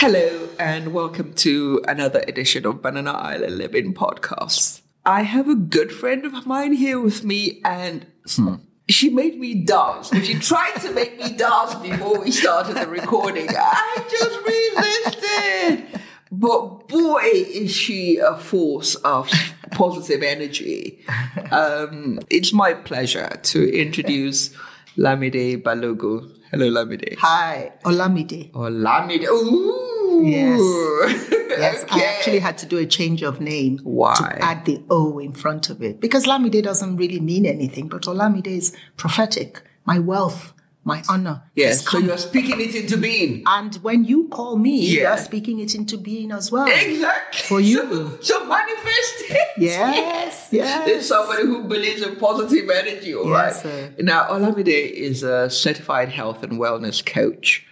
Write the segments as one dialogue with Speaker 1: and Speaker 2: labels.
Speaker 1: Hello, and welcome to another edition of Banana Island Living Podcast. I have a good friend of mine here with me, and she made me dance. She tried to make me dance before we started the recording. I just resisted. But boy, is she a force of positive energy. Um, it's my pleasure to introduce Lamide Balogu. Hello, Lamide.
Speaker 2: Hi, Olamide.
Speaker 1: Olamide. Oh, Ooh.
Speaker 2: Yes. Yes,
Speaker 1: okay.
Speaker 2: I actually had to do a change of name
Speaker 1: Why?
Speaker 2: to add the O in front of it because Lamide doesn't really mean anything, but Olamide is prophetic. My wealth, my honor.
Speaker 1: Yes.
Speaker 2: has
Speaker 1: So
Speaker 2: come.
Speaker 1: you're speaking it into being.
Speaker 2: and when you call me,
Speaker 1: Yeah.
Speaker 2: you're speaking it into being as well.
Speaker 1: Exactly.
Speaker 2: For you.
Speaker 1: So, so manifest it.
Speaker 2: Yes, yes.
Speaker 1: There's somebody who believes in positive energy, all right?
Speaker 2: Yes, sir.
Speaker 1: Now, Olamide is a certified health and wellness coach,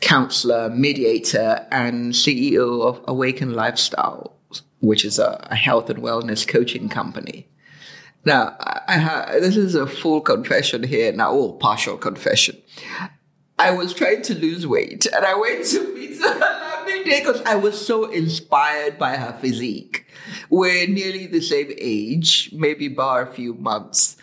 Speaker 1: counselor, mediator, and CEO of Awaken Lifestyle, which is a, a health and wellness coaching company. Now, I, I ha- this is a full confession here, now, or partial confession. I was trying to lose weight and I went to meet Lamide because I was so inspired by her physique. We're nearly the same age, maybe bar a few months,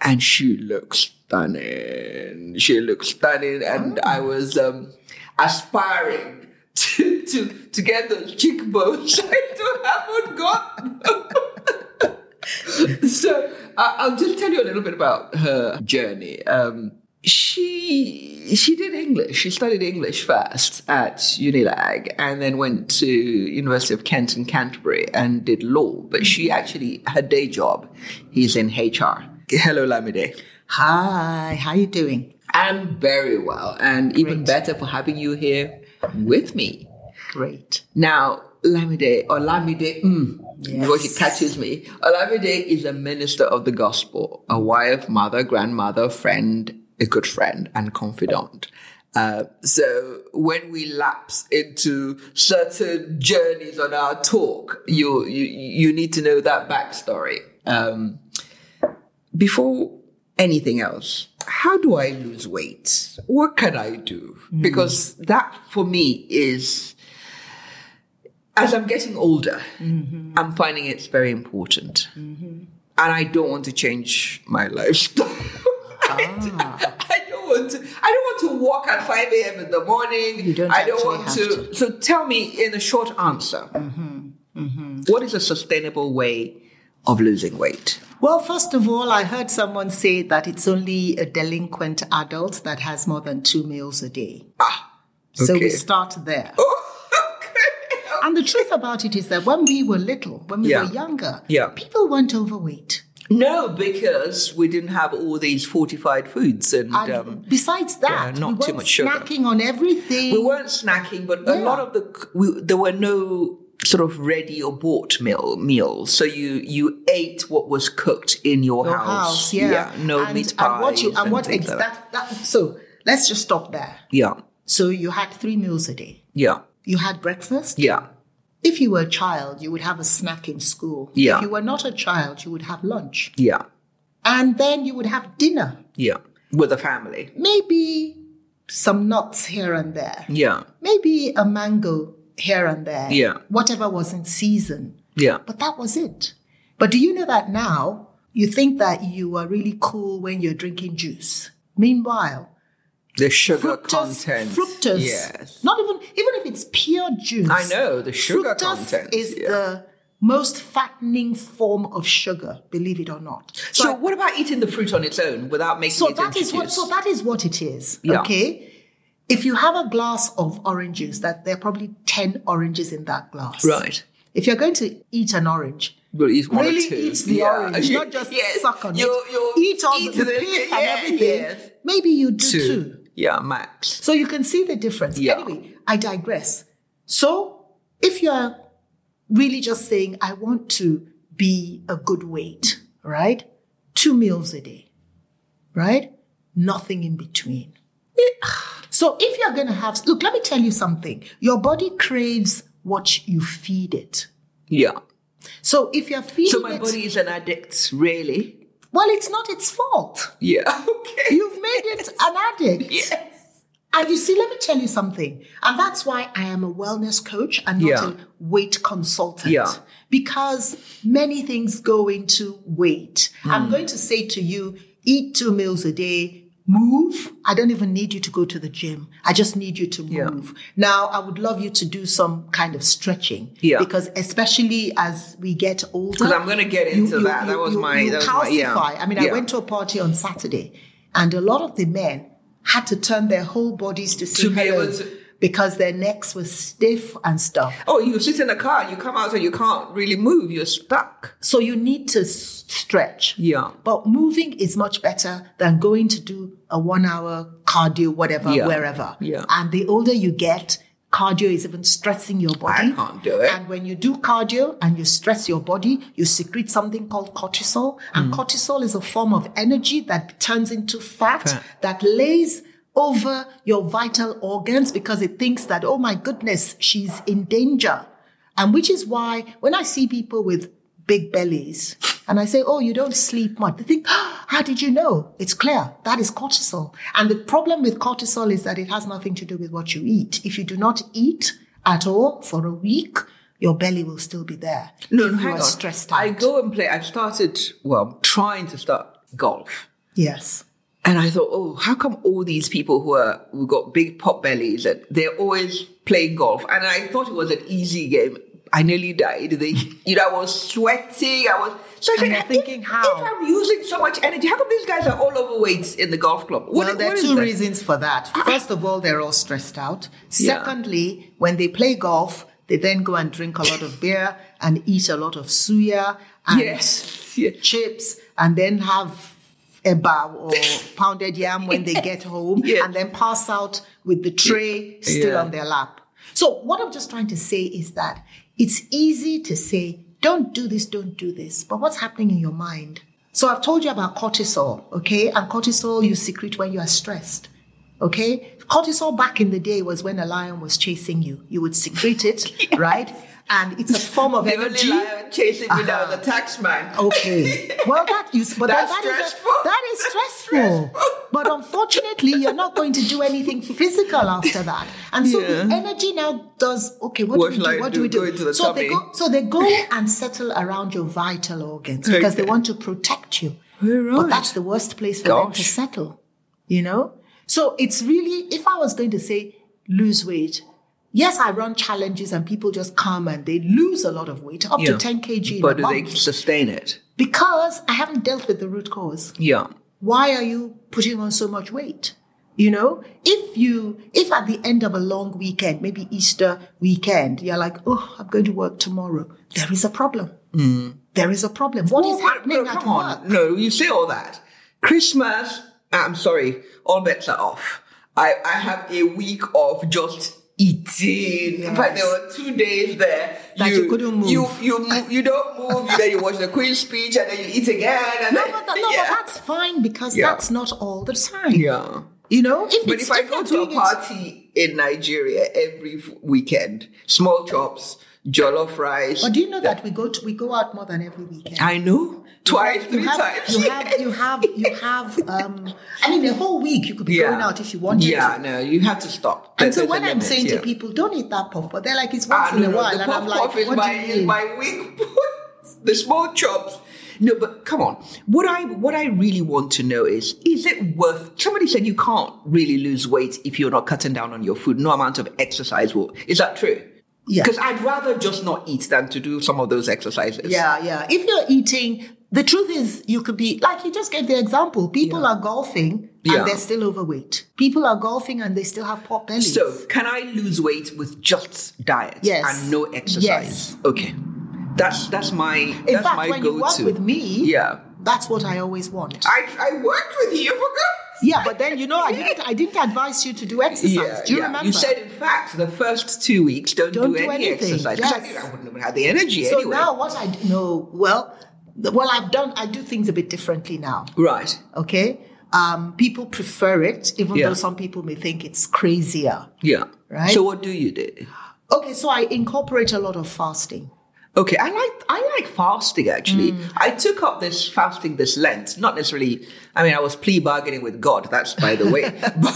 Speaker 1: and she looks stunning. She looks stunning, and I was um, aspiring to, to, to get those cheekbones I haven't got. so I I'll just tell you a little bit about her journey. Um, she she did English. She studied English first at Unilag, and then went to University of Kent in Canterbury and did law. But she actually her day job is in HR. Hello, Lamide.
Speaker 2: Hi, how you doing?
Speaker 1: I'm very well, and even better for having you here with me.
Speaker 2: Great.
Speaker 1: Now, Lamide, Olamide, mm,
Speaker 2: Yes.
Speaker 1: because it catches me. Olamide is a minister of the gospel, a wife, mother, grandmother, friend, a good friend, and confidant. Uh, so when we lapse into certain journeys on our talk, you you you need to know that backstory. Um, before anything else, how do I lose weight? What can I do? Because that for me is as I'm getting older,
Speaker 2: Mm-hmm.
Speaker 1: I'm finding it's very important. And I don't want to change my lifestyle. I,
Speaker 2: Ah.
Speaker 1: I don't want to. I don't want to walk at 5 a.m. in the morning.
Speaker 2: You don't
Speaker 1: I don't
Speaker 2: actually
Speaker 1: want
Speaker 2: have Mm-hmm.
Speaker 1: to, So tell me in a short answer what is a sustainable way of losing weight?
Speaker 2: Well, first of all, I heard someone say that it's only a delinquent adult that has more than two meals a day.
Speaker 1: Ah,
Speaker 2: So
Speaker 1: okay.
Speaker 2: we start there.
Speaker 1: okay.
Speaker 2: And the truth about it is that when we were little, when we
Speaker 1: Yeah.
Speaker 2: were younger,
Speaker 1: Yeah.
Speaker 2: people weren't overweight.
Speaker 1: No, because we didn't have all these fortified foods and.
Speaker 2: And
Speaker 1: um,
Speaker 2: besides that,
Speaker 1: yeah, not
Speaker 2: we
Speaker 1: too
Speaker 2: weren't
Speaker 1: much sugar.
Speaker 2: snacking on everything.
Speaker 1: we weren't snacking, but a
Speaker 2: Mm. Yeah.
Speaker 1: lot of the c- we, there were no sort of ready or bought meal meals. So you you ate what was cooked in your,
Speaker 2: Your
Speaker 1: house.
Speaker 2: house, yeah.
Speaker 1: no
Speaker 2: and,
Speaker 1: meat pies.
Speaker 2: and what you and what
Speaker 1: things
Speaker 2: ex-
Speaker 1: like that.
Speaker 2: that, that, so let's just stop there.
Speaker 1: Yeah,
Speaker 2: So you had three meals a day.
Speaker 1: yeah,
Speaker 2: You had breakfast.
Speaker 1: yeah,
Speaker 2: If you were a child, you would have a snack in school.
Speaker 1: Yeah.
Speaker 2: If you were not a child, you would have lunch.
Speaker 1: yeah,
Speaker 2: And then you would have dinner.
Speaker 1: yeah. With a family.
Speaker 2: Maybe some nuts here and there.
Speaker 1: Yeah,
Speaker 2: maybe a mango here and there.
Speaker 1: Yeah.
Speaker 2: Whatever was in season.
Speaker 1: yeah,
Speaker 2: But that was it. But do you know that now you think that you are really cool when you're drinking juice? Meanwhile,
Speaker 1: the sugar
Speaker 2: fructose,
Speaker 1: content.
Speaker 2: fructose,
Speaker 1: Yes,
Speaker 2: not even even if it's pure juice.
Speaker 1: I know the sugar
Speaker 2: fructose
Speaker 1: content
Speaker 2: is
Speaker 1: yeah.
Speaker 2: the most fattening form of sugar, believe it or not.
Speaker 1: So, what about eating the fruit on its own without making
Speaker 2: So
Speaker 1: it
Speaker 2: that
Speaker 1: into
Speaker 2: is what.
Speaker 1: juice?
Speaker 2: So that is what it is.
Speaker 1: Yeah.
Speaker 2: Okay. If you have a glass of orange juice, that there are probably ten oranges in that glass.
Speaker 1: right.
Speaker 2: If you're going to eat an orange,
Speaker 1: Well, eat one or
Speaker 2: really
Speaker 1: two.
Speaker 2: eat the
Speaker 1: Yeah.
Speaker 2: orange, not just
Speaker 1: Yes.
Speaker 2: suck on
Speaker 1: You'll-
Speaker 2: it.
Speaker 1: you'll
Speaker 2: eat all
Speaker 1: eat
Speaker 2: the,
Speaker 1: the-
Speaker 2: the pith and
Speaker 1: yeah,
Speaker 2: everything.
Speaker 1: yes.
Speaker 2: Maybe you do
Speaker 1: two.
Speaker 2: two.
Speaker 1: Yeah, max.
Speaker 2: So you can see the difference.
Speaker 1: Yeah.
Speaker 2: Anyway, I digress. So if you're really just saying, I want to be a good weight, right? Two meals a day, right? Nothing in between. So if you're going to have, look, let me tell you something. Your body craves what you feed it.
Speaker 1: Yeah.
Speaker 2: So if you're feeding
Speaker 1: So my
Speaker 2: it,
Speaker 1: body is an addict, really?
Speaker 2: well, it's not its fault.
Speaker 1: Yeah. Okay.
Speaker 2: You've made it an addict.
Speaker 1: Yes.
Speaker 2: And you see, let me tell you something. And that's why I am a wellness coach and not
Speaker 1: Yeah.
Speaker 2: a weight consultant.
Speaker 1: Yeah.
Speaker 2: Because many things go into weight.
Speaker 1: Hmm.
Speaker 2: I'm going to say to you, eat two meals a day, move. I don't even need you to go to the gym. I just need you to move. Now, I would love you to do some kind of stretching.
Speaker 1: Yeah.
Speaker 2: Because especially as we get older.
Speaker 1: 'Cause I'm gonna get
Speaker 2: you-
Speaker 1: into
Speaker 2: you-
Speaker 1: that.
Speaker 2: you-
Speaker 1: That was
Speaker 2: you-
Speaker 1: my-
Speaker 2: you
Speaker 1: that was my- yeah.
Speaker 2: calcify. I mean, I
Speaker 1: Yeah.
Speaker 2: went to a party on Saturday, and a lot of the men had to turn their whole bodies to see
Speaker 1: To be
Speaker 2: hello
Speaker 1: able to-
Speaker 2: because their necks were stiff and stuff.
Speaker 1: Oh, you sit in the car, and you come out, and you can't really move. You're stuck.
Speaker 2: So you need to s- stretch.
Speaker 1: Yeah.
Speaker 2: But moving is much better than going to do a one hour cardio, whatever,
Speaker 1: Yeah.
Speaker 2: wherever.
Speaker 1: Yeah.
Speaker 2: And the older you get, cardio is even stressing your body.
Speaker 1: I can't do it.
Speaker 2: Hmm? And when you do cardio and you stress your body, you secrete something called cortisol. And cortisol is a form of energy that turns into fat,
Speaker 1: Fat.
Speaker 2: that lays over your vital organs because it thinks that, oh my goodness, she's in danger. And which is why when I see people with big bellies and I say, oh, you don't sleep much, they think, "Ah, how did you know? It's clear. That is cortisol. And the problem with cortisol is that it has nothing to do with what you eat. If you do not eat at all for a week, your belly will still be there.
Speaker 1: No,
Speaker 2: if
Speaker 1: no,
Speaker 2: you
Speaker 1: hang
Speaker 2: are
Speaker 1: on.
Speaker 2: stressed out.
Speaker 1: I go and play. I've started. Well, I'm trying to start golf.
Speaker 2: yes.
Speaker 1: And I thought, oh, how come all these people who are who got big pot bellies that they're always playing golf? And I thought it was an easy game. I nearly died. They, you know, I was sweating. I was. So I
Speaker 2: And
Speaker 1: said,
Speaker 2: you're thinking,
Speaker 1: if,
Speaker 2: how?
Speaker 1: If I'm using so much energy, how come these guys are all overweight in the golf club? What,
Speaker 2: well, there
Speaker 1: what
Speaker 2: are
Speaker 1: is
Speaker 2: two
Speaker 1: that?
Speaker 2: reasons for that. First of all, they're all stressed out.
Speaker 1: Yeah.
Speaker 2: Secondly, when they play golf, they then go and drink a lot of beer and eat a lot of suya and
Speaker 1: Yes. Yeah.
Speaker 2: chips and then have eba or pounded yam when they get home
Speaker 1: Yes.
Speaker 2: and then pass out with the tray still
Speaker 1: Yeah.
Speaker 2: on their lap. So what I'm just trying to say is that it's easy to say, don't do this, don't do this. But what's happening in your mind? So I've told you about cortisol, okay? And cortisol you secrete when you are stressed. Okay? Cortisol back in the day was when a lion was chasing you. You would secrete it, right? And it's a form of
Speaker 1: The
Speaker 2: energy.
Speaker 1: only lion chasing me down
Speaker 2: Uh-huh.
Speaker 1: the tax man.
Speaker 2: Okay. Well, that is, but
Speaker 1: That's
Speaker 2: that, that is a-
Speaker 1: stressful.
Speaker 2: that is stressful. But unfortunately, you're not going to do anything physical after that, and so the
Speaker 1: Yeah.
Speaker 2: energy now does. Okay, what,
Speaker 1: What
Speaker 2: do
Speaker 1: shall
Speaker 2: we
Speaker 1: I
Speaker 2: do? What
Speaker 1: do?
Speaker 2: do we do?
Speaker 1: Go into the
Speaker 2: so they
Speaker 1: tummy.
Speaker 2: go. So they go and settle around your vital organs because they
Speaker 1: Okay.
Speaker 2: want to protect you.
Speaker 1: We're
Speaker 2: But
Speaker 1: right.
Speaker 2: that's the worst place for them to
Speaker 1: Gosh.
Speaker 2: settle. You know. So it's really, if I was going to say lose weight. Yes, I run challenges and people just come and they lose a lot of weight, up to
Speaker 1: Yeah.
Speaker 2: 10 kg. in
Speaker 1: But
Speaker 2: a
Speaker 1: do
Speaker 2: month.
Speaker 1: they sustain it?
Speaker 2: Because I haven't dealt with the root cause.
Speaker 1: Yeah.
Speaker 2: Why are you putting on so much weight? You know, if you, if at the end of a long weekend, maybe Easter weekend, you're like, oh, I'm going to work tomorrow. There is a problem. There is a problem. What is
Speaker 1: Oh, but-
Speaker 2: happening
Speaker 1: but
Speaker 2: at
Speaker 1: Mm. come
Speaker 2: work?
Speaker 1: on. No, you say all that. Christmas, I'm sorry, all bets are off. I, I have a week of just eating. In fact, there were two days there
Speaker 2: That you couldn't move.
Speaker 1: You you move, you don't move. then you watch the Queen's speech, and then you eat again. And
Speaker 2: No,
Speaker 1: then,
Speaker 2: but, that, no,
Speaker 1: yeah.
Speaker 2: but that's fine because
Speaker 1: Yeah.
Speaker 2: that's not all the time.
Speaker 1: yeah.
Speaker 2: You know, if
Speaker 1: But
Speaker 2: it's,
Speaker 1: if I
Speaker 2: if
Speaker 1: go
Speaker 2: you're
Speaker 1: to a
Speaker 2: doing it-
Speaker 1: party in Nigeria every f- weekend, small chops, jollof rice.
Speaker 2: but do you know that we go to, we go out more than every weekend?
Speaker 1: I know twice,
Speaker 2: you
Speaker 1: three
Speaker 2: have,
Speaker 1: times.
Speaker 2: You have, you have, you have. Um, I mean, the whole week you could be going out if you wanted.
Speaker 1: Yeah, no, you have to stop.
Speaker 2: And
Speaker 1: There-
Speaker 2: so
Speaker 1: there's a
Speaker 2: when I'm
Speaker 1: limit,
Speaker 2: saying
Speaker 1: yeah.
Speaker 2: to people, don't eat that puff, but they're like, it's once
Speaker 1: ah,
Speaker 2: in
Speaker 1: no,
Speaker 2: a
Speaker 1: no,
Speaker 2: while,
Speaker 1: the
Speaker 2: and I'm
Speaker 1: puff
Speaker 2: like,
Speaker 1: puff is
Speaker 2: what
Speaker 1: my
Speaker 2: do you
Speaker 1: is
Speaker 2: mean?
Speaker 1: my weak point. The small chops. No, but come on. What I what I really want to know is is it worth somebody said you can't really lose weight if you're not cutting down on your food. No amount of exercise will. Is that true?
Speaker 2: Yeah.
Speaker 1: Because I'd rather just not eat than to do some of those exercises.
Speaker 2: Yeah, yeah. If you're eating, the truth is, you could be like you just gave the example. People are golfing
Speaker 1: Yeah.
Speaker 2: and they're still overweight. People are golfing and they still have pot bellies.
Speaker 1: So can I lose weight with just diet
Speaker 2: Yes.
Speaker 1: and no exercise?
Speaker 2: Yes.
Speaker 1: Okay. That's that's my
Speaker 2: in
Speaker 1: that's
Speaker 2: fact,
Speaker 1: my
Speaker 2: when
Speaker 1: go-to.
Speaker 2: you work with me,
Speaker 1: Yeah.
Speaker 2: that's what I always want.
Speaker 1: I, I worked with you, you forgot.
Speaker 2: yeah, but then you know, I didn't, I didn't advise you to do exercise. do you remember?
Speaker 1: You said, in fact, the first two weeks don't,
Speaker 2: Don't
Speaker 1: do,
Speaker 2: do
Speaker 1: any
Speaker 2: anything,
Speaker 1: exercise. 'cause I
Speaker 2: yes.
Speaker 1: knew I wouldn't have had the energy
Speaker 2: So
Speaker 1: anyway.
Speaker 2: now what I do, no, well, the- well, I've done, I do things a bit differently now.
Speaker 1: right.
Speaker 2: Okay. Um, people prefer it, even
Speaker 1: Yeah.
Speaker 2: though some people may think it's crazier.
Speaker 1: Yeah.
Speaker 2: Right?
Speaker 1: So what do you do?
Speaker 2: Okay. So I incorporate a lot of fasting.
Speaker 1: Okay, I like I like fasting actually.
Speaker 2: Mm.
Speaker 1: I took up this fasting this Lent, not necessarily. I mean, I was plea bargaining with God. That's by the way,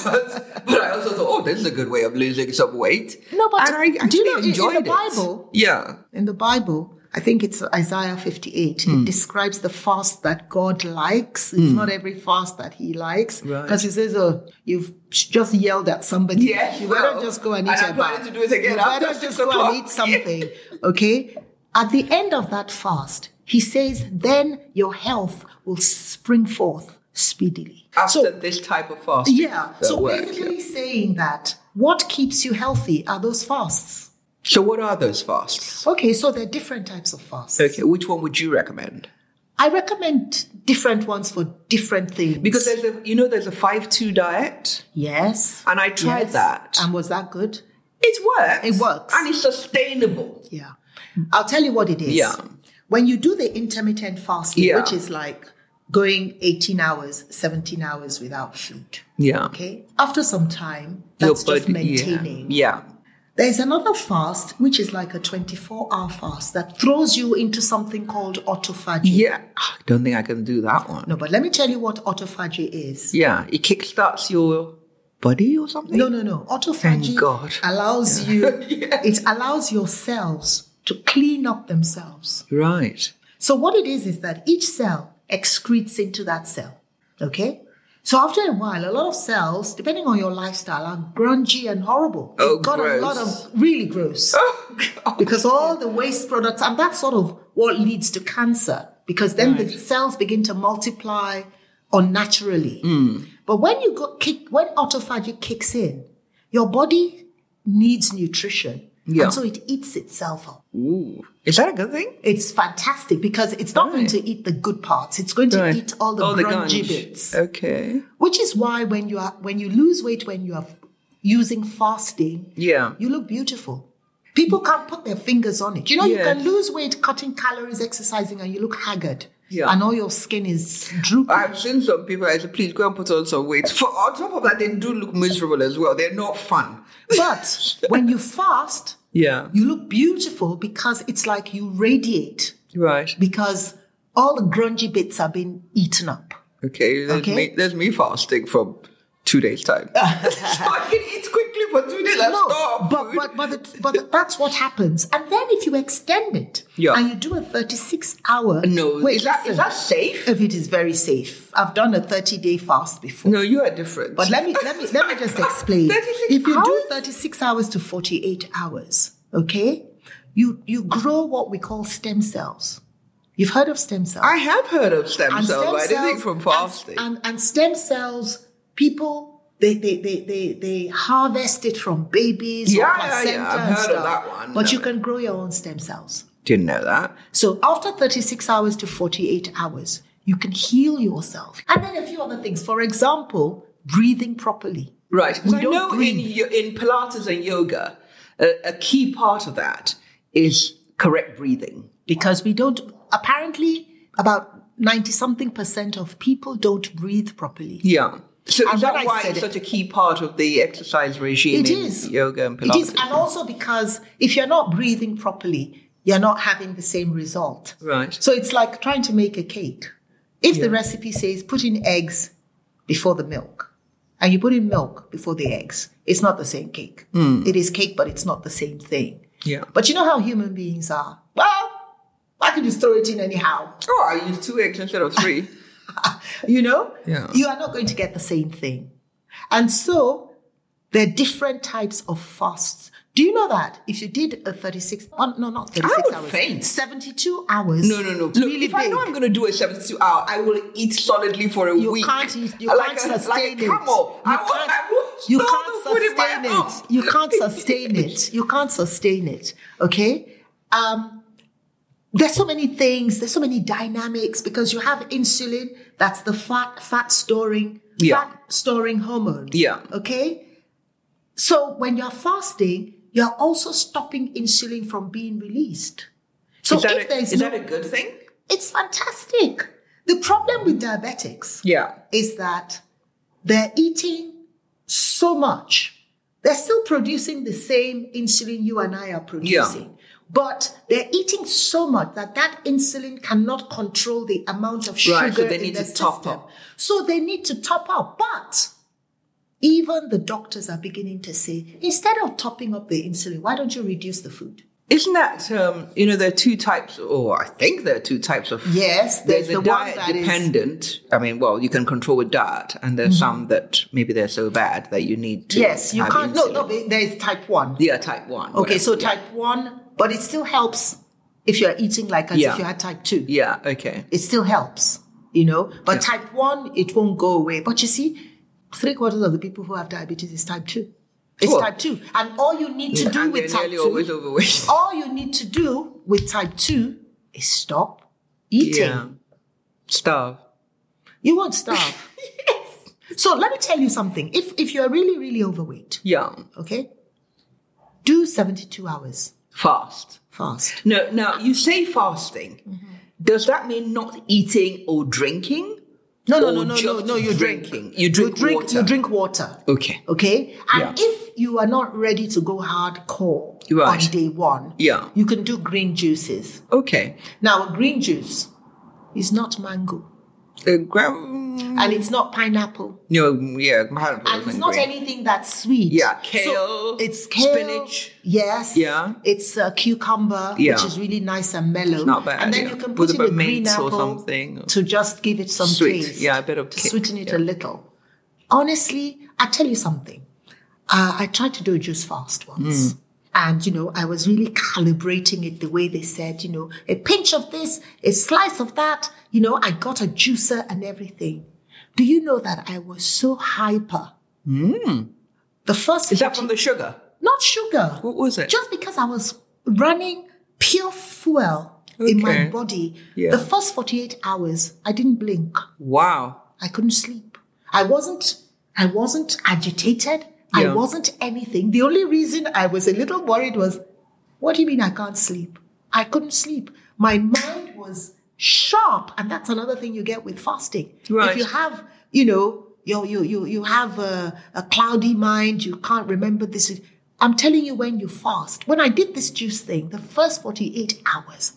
Speaker 1: but but I also thought, oh, this is a good way of losing some weight.
Speaker 2: No, but
Speaker 1: and I
Speaker 2: do
Speaker 1: actually
Speaker 2: you know in- in
Speaker 1: enjoyed
Speaker 2: the
Speaker 1: it.
Speaker 2: Bible-
Speaker 1: Yeah,
Speaker 2: In the Bible, I think it's Isaiah 58,
Speaker 1: Hmm.
Speaker 2: it describes the fast that God likes. It's not every fast that he likes.
Speaker 1: Right.
Speaker 2: Because he says, oh, you've just yelled at somebody.
Speaker 1: Yeah,
Speaker 2: you better
Speaker 1: well,
Speaker 2: just go and eat
Speaker 1: and I'm
Speaker 2: a
Speaker 1: planning
Speaker 2: bun.
Speaker 1: to do it again
Speaker 2: You
Speaker 1: after
Speaker 2: better
Speaker 1: six
Speaker 2: just go
Speaker 1: o'clock.
Speaker 2: and eat something. okay? At the end of that fast, he says, then your health will spring forth speedily.
Speaker 1: after this type of fasting,
Speaker 2: Yeah.
Speaker 1: that
Speaker 2: So
Speaker 1: worked,
Speaker 2: basically
Speaker 1: yeah.
Speaker 2: saying that what keeps you healthy are those fasts.
Speaker 1: So what are those fasts?
Speaker 2: Okay, so there are different types of fasts.
Speaker 1: Okay, which one would you recommend?
Speaker 2: I recommend different ones for different things.
Speaker 1: Because there's a you know there's a five two diet,
Speaker 2: yes,
Speaker 1: and I tried
Speaker 2: yes.
Speaker 1: that.
Speaker 2: And was that good?
Speaker 1: It works.
Speaker 2: It works.
Speaker 1: and it's sustainable.
Speaker 2: Yeah. I'll tell you what it is.
Speaker 1: Yeah.
Speaker 2: When you do the intermittent fasting,
Speaker 1: Yeah.
Speaker 2: which is like going 18 hours, 17 hours without food.
Speaker 1: Yeah,
Speaker 2: Okay. After some time,
Speaker 1: Your
Speaker 2: that's just
Speaker 1: body- yeah.
Speaker 2: maintaining.
Speaker 1: Yeah.
Speaker 2: There's another fast, which is like a 24 hour fast that throws you into something called autophagy.
Speaker 1: Yeah, Ah, I don't think I can do that one.
Speaker 2: No, but let me tell you what autophagy is.
Speaker 1: Yeah, it kickstarts your body or something.
Speaker 2: No, no, no. Autophagy
Speaker 1: Thank God.
Speaker 2: allows you, it allows your cells to clean up themselves.
Speaker 1: Right.
Speaker 2: So what it is is that each cell excretes into that cell. Okay? So after a while, a lot of cells, depending on your lifestyle, are grungy and horrible.
Speaker 1: Oh,
Speaker 2: They've got a lot
Speaker 1: gross.
Speaker 2: of really gross.
Speaker 1: Oh God.
Speaker 2: because all the waste products and that's sort of what leads to cancer because then the cells begin to multiply unnaturally but when you go kick when autophagy kicks in your body needs nutrition
Speaker 1: Yeah.
Speaker 2: and so it eats itself up
Speaker 1: Ooh. Is that a good thing?
Speaker 2: it's fantastic because it's not going
Speaker 1: Right.
Speaker 2: to eat the good parts it's going to eat all the grungy
Speaker 1: gunge.
Speaker 2: bits
Speaker 1: Okay.
Speaker 2: which is why when you are when you lose weight when you are using fasting
Speaker 1: Yeah.
Speaker 2: you look beautiful. People can't put their fingers on it. You know, you
Speaker 1: Yes.
Speaker 2: can lose weight cutting calories, exercising, and you look haggard.
Speaker 1: Yeah.
Speaker 2: And all your skin is drooping.
Speaker 1: I've seen some people. I said, please go and put on some weight. For on top of that, they do look miserable as well. They're not fun.
Speaker 2: but when you fast,
Speaker 1: Yeah.
Speaker 2: you look beautiful because it's like you radiate
Speaker 1: Right.
Speaker 2: because all the grungy bits are being eaten up.
Speaker 1: Okay. There's,
Speaker 2: Okay.
Speaker 1: Me, there's me fasting from two days time. so I can eat quickly for two days. and stop.
Speaker 2: but, but, but, it- but that's what happens. And then if you extend it
Speaker 1: Yeah.
Speaker 2: and you do a 36 hour.
Speaker 1: no.
Speaker 2: Wait,
Speaker 1: is that is
Speaker 2: listen.
Speaker 1: that safe?
Speaker 2: If it is very safe. I've done a 30 day fast before.
Speaker 1: No, you are different.
Speaker 2: But let me let me let me just explain.
Speaker 1: 36
Speaker 2: If you do
Speaker 1: hours?
Speaker 2: 36 hours to 48 hours, okay? You you grow what we call stem cells. You've heard of stem cells.
Speaker 1: I have heard of stem
Speaker 2: And
Speaker 1: cells,
Speaker 2: stem
Speaker 1: but I didn't think
Speaker 2: cells-
Speaker 1: from
Speaker 2: and-
Speaker 1: fasting.
Speaker 2: And, and, stem cells, people they they, they, they they harvest it from babies
Speaker 1: Yeah,
Speaker 2: or
Speaker 1: yeah, yeah.
Speaker 2: placenta
Speaker 1: I've
Speaker 2: and
Speaker 1: heard of
Speaker 2: stuff.
Speaker 1: that one.
Speaker 2: But you can grow your own stem cells.
Speaker 1: Didn't know that.
Speaker 2: So after 36 hours to 48 hours, you can heal yourself. And then a few other things. For example, breathing properly.
Speaker 1: Right. 'cause
Speaker 2: We
Speaker 1: I
Speaker 2: don't
Speaker 1: know in,
Speaker 2: breathe.
Speaker 1: yo- in Pilates and yoga, a, a key part of that is correct breathing.
Speaker 2: because we don't apparently about 90 something percent of people don't breathe properly
Speaker 1: Yeah. So
Speaker 2: And
Speaker 1: is that
Speaker 2: when I
Speaker 1: why
Speaker 2: said
Speaker 1: it's
Speaker 2: it-
Speaker 1: such a key part of the exercise regime
Speaker 2: it
Speaker 1: in
Speaker 2: is
Speaker 1: yoga and
Speaker 2: it
Speaker 1: Pilates?
Speaker 2: is and also because if you're not breathing properly you're not having the same result
Speaker 1: Right.
Speaker 2: so it's like trying to make a cake if the recipe says put in eggs before the milk and you put in milk before the eggs it's not the same cake
Speaker 1: Hmm.
Speaker 2: it is cake but it's not the same thing
Speaker 1: Yeah.
Speaker 2: but you know how human beings are well i can just throw it in anyhow
Speaker 1: Oh, I use two eggs instead of three.
Speaker 2: you know
Speaker 1: Yeah.
Speaker 2: you are not going to get the same thing and so there are different types of fasts do you know that if you did a 36 oh, no not 36
Speaker 1: would
Speaker 2: hours
Speaker 1: faint.
Speaker 2: 72 hours
Speaker 1: no, no, no. Look,
Speaker 2: really
Speaker 1: if I
Speaker 2: big
Speaker 1: know I'm going to do a 72 hour, I will eat solidly for a
Speaker 2: you
Speaker 1: week.
Speaker 2: can't eat, you
Speaker 1: like
Speaker 2: can't
Speaker 1: a,
Speaker 2: sustain
Speaker 1: like a camel.
Speaker 2: it.
Speaker 1: I
Speaker 2: You
Speaker 1: will,
Speaker 2: can't,
Speaker 1: I will
Speaker 2: you
Speaker 1: store
Speaker 2: can't
Speaker 1: the food in my
Speaker 2: sustain
Speaker 1: mouth.
Speaker 2: it. You can't sustain it. You can't sustain it. Okay? Um, there's so many things, there's so many dynamics because you have insulin, that's the fat fat storing
Speaker 1: Yeah.
Speaker 2: fat storing hormone.
Speaker 1: Yeah.
Speaker 2: Okay? So when you're fasting, you're also stopping insulin from being released. So
Speaker 1: Is that,
Speaker 2: if
Speaker 1: a,
Speaker 2: there's
Speaker 1: is
Speaker 2: no,
Speaker 1: that a good thing?
Speaker 2: it's fantastic. The problem with diabetics
Speaker 1: Yeah.
Speaker 2: is that they're eating so much. They're still producing the same insulin you and I are producing. But they're eating so much that that insulin cannot control the amount of sugar
Speaker 1: Right, so they
Speaker 2: in
Speaker 1: need
Speaker 2: their
Speaker 1: to top
Speaker 2: system.
Speaker 1: up.
Speaker 2: So they need to top up. But even the doctors are beginning to say, instead of topping up the insulin, why don't you reduce the food?
Speaker 1: Isn't that um, you know there are two types, or I think there are two types of.
Speaker 2: Yes,
Speaker 1: There's
Speaker 2: there's,
Speaker 1: the,
Speaker 2: the
Speaker 1: diet
Speaker 2: one that is-
Speaker 1: dependent. I mean, well, you can control with diet, and there's some that maybe they're so bad that you need to.
Speaker 2: Mm-hmm. Yes, you
Speaker 1: have
Speaker 2: can't. No,
Speaker 1: insulin.
Speaker 2: no, there is type one.
Speaker 1: Yeah, type one.
Speaker 2: Okay,
Speaker 1: whatever.
Speaker 2: so type one, but it still helps if you're eating like as
Speaker 1: Yeah.
Speaker 2: if you had type two.
Speaker 1: yeah, okay.
Speaker 2: It still helps, you know. But type one, it won't go away. But you see, three quarters of the people who have diabetes is type two. It's
Speaker 1: Well-
Speaker 2: type two, and all you need to do
Speaker 1: and
Speaker 2: with
Speaker 1: they're
Speaker 2: type
Speaker 1: nearly
Speaker 2: two,
Speaker 1: always overweight.
Speaker 2: all you need to do with type two is stop eating.
Speaker 1: Yeah, starve.
Speaker 2: You won't starve. So let me tell you something. If if you're really really overweight,
Speaker 1: Yeah,
Speaker 2: okay, do seventy two hours
Speaker 1: fast.
Speaker 2: fast.
Speaker 1: No, now you say fasting.
Speaker 2: Mm-hmm.
Speaker 1: Does that mean not eating or drinking?
Speaker 2: No, no,
Speaker 1: Or
Speaker 2: no, no, no,
Speaker 1: just
Speaker 2: no. You drink.
Speaker 1: drinking. You drink water.
Speaker 2: You drink water.
Speaker 1: Okay.
Speaker 2: Okay. And
Speaker 1: Yeah.
Speaker 2: if you are not ready to go hardcore
Speaker 1: Right.
Speaker 2: on day one,
Speaker 1: Yeah.
Speaker 2: you can do green juices.
Speaker 1: Okay.
Speaker 2: Now, a green juice is not mango,
Speaker 1: Uh, gra-
Speaker 2: and it's not pineapple,
Speaker 1: no, yeah, pineapple
Speaker 2: and it's
Speaker 1: isn't
Speaker 2: not
Speaker 1: great.
Speaker 2: anything that's sweet.
Speaker 1: Yeah,
Speaker 2: So
Speaker 1: kale,
Speaker 2: it's kale.
Speaker 1: spinach.
Speaker 2: Yes.
Speaker 1: Yeah.
Speaker 2: It's uh, cucumber,
Speaker 1: Yeah.
Speaker 2: which is really nice and mellow.
Speaker 1: not bad,
Speaker 2: And then
Speaker 1: yeah.
Speaker 2: you can
Speaker 1: With
Speaker 2: put
Speaker 1: a
Speaker 2: in
Speaker 1: bit
Speaker 2: a
Speaker 1: of
Speaker 2: green
Speaker 1: mints or
Speaker 2: apple
Speaker 1: something.
Speaker 2: to just give it some
Speaker 1: Sweet.
Speaker 2: taste.
Speaker 1: Yeah, a bit of
Speaker 2: to
Speaker 1: kick,
Speaker 2: sweeten it
Speaker 1: yeah.
Speaker 2: a little. Honestly, I tell you something. Uh, I tried to do a juice fast
Speaker 1: Mm.
Speaker 2: once. And, you know, I was really calibrating it the way they said, you know, a pinch of this, a slice of that. You know, I got a juicer and everything. Do you know that I was so hyper? The first
Speaker 1: Mm. Is that from the sugar?
Speaker 2: not sugar.
Speaker 1: What was it?
Speaker 2: Just because I was running pure fuel in my
Speaker 1: Okay.
Speaker 2: body.
Speaker 1: Yeah.
Speaker 2: The first 48 hours, I didn't blink.
Speaker 1: Wow.
Speaker 2: I couldn't sleep. I wasn't I wasn't agitated.
Speaker 1: Yeah.
Speaker 2: I wasn't anything. The only reason I was a little worried was what do you mean I can't sleep? I couldn't sleep. My mind was sharp and that's another thing you get with fasting.
Speaker 1: Right.
Speaker 2: If you have, you know, you you you you have a, a cloudy mind, you can't remember this I'm telling you when you fast. When I did this juice thing, the first 48 hours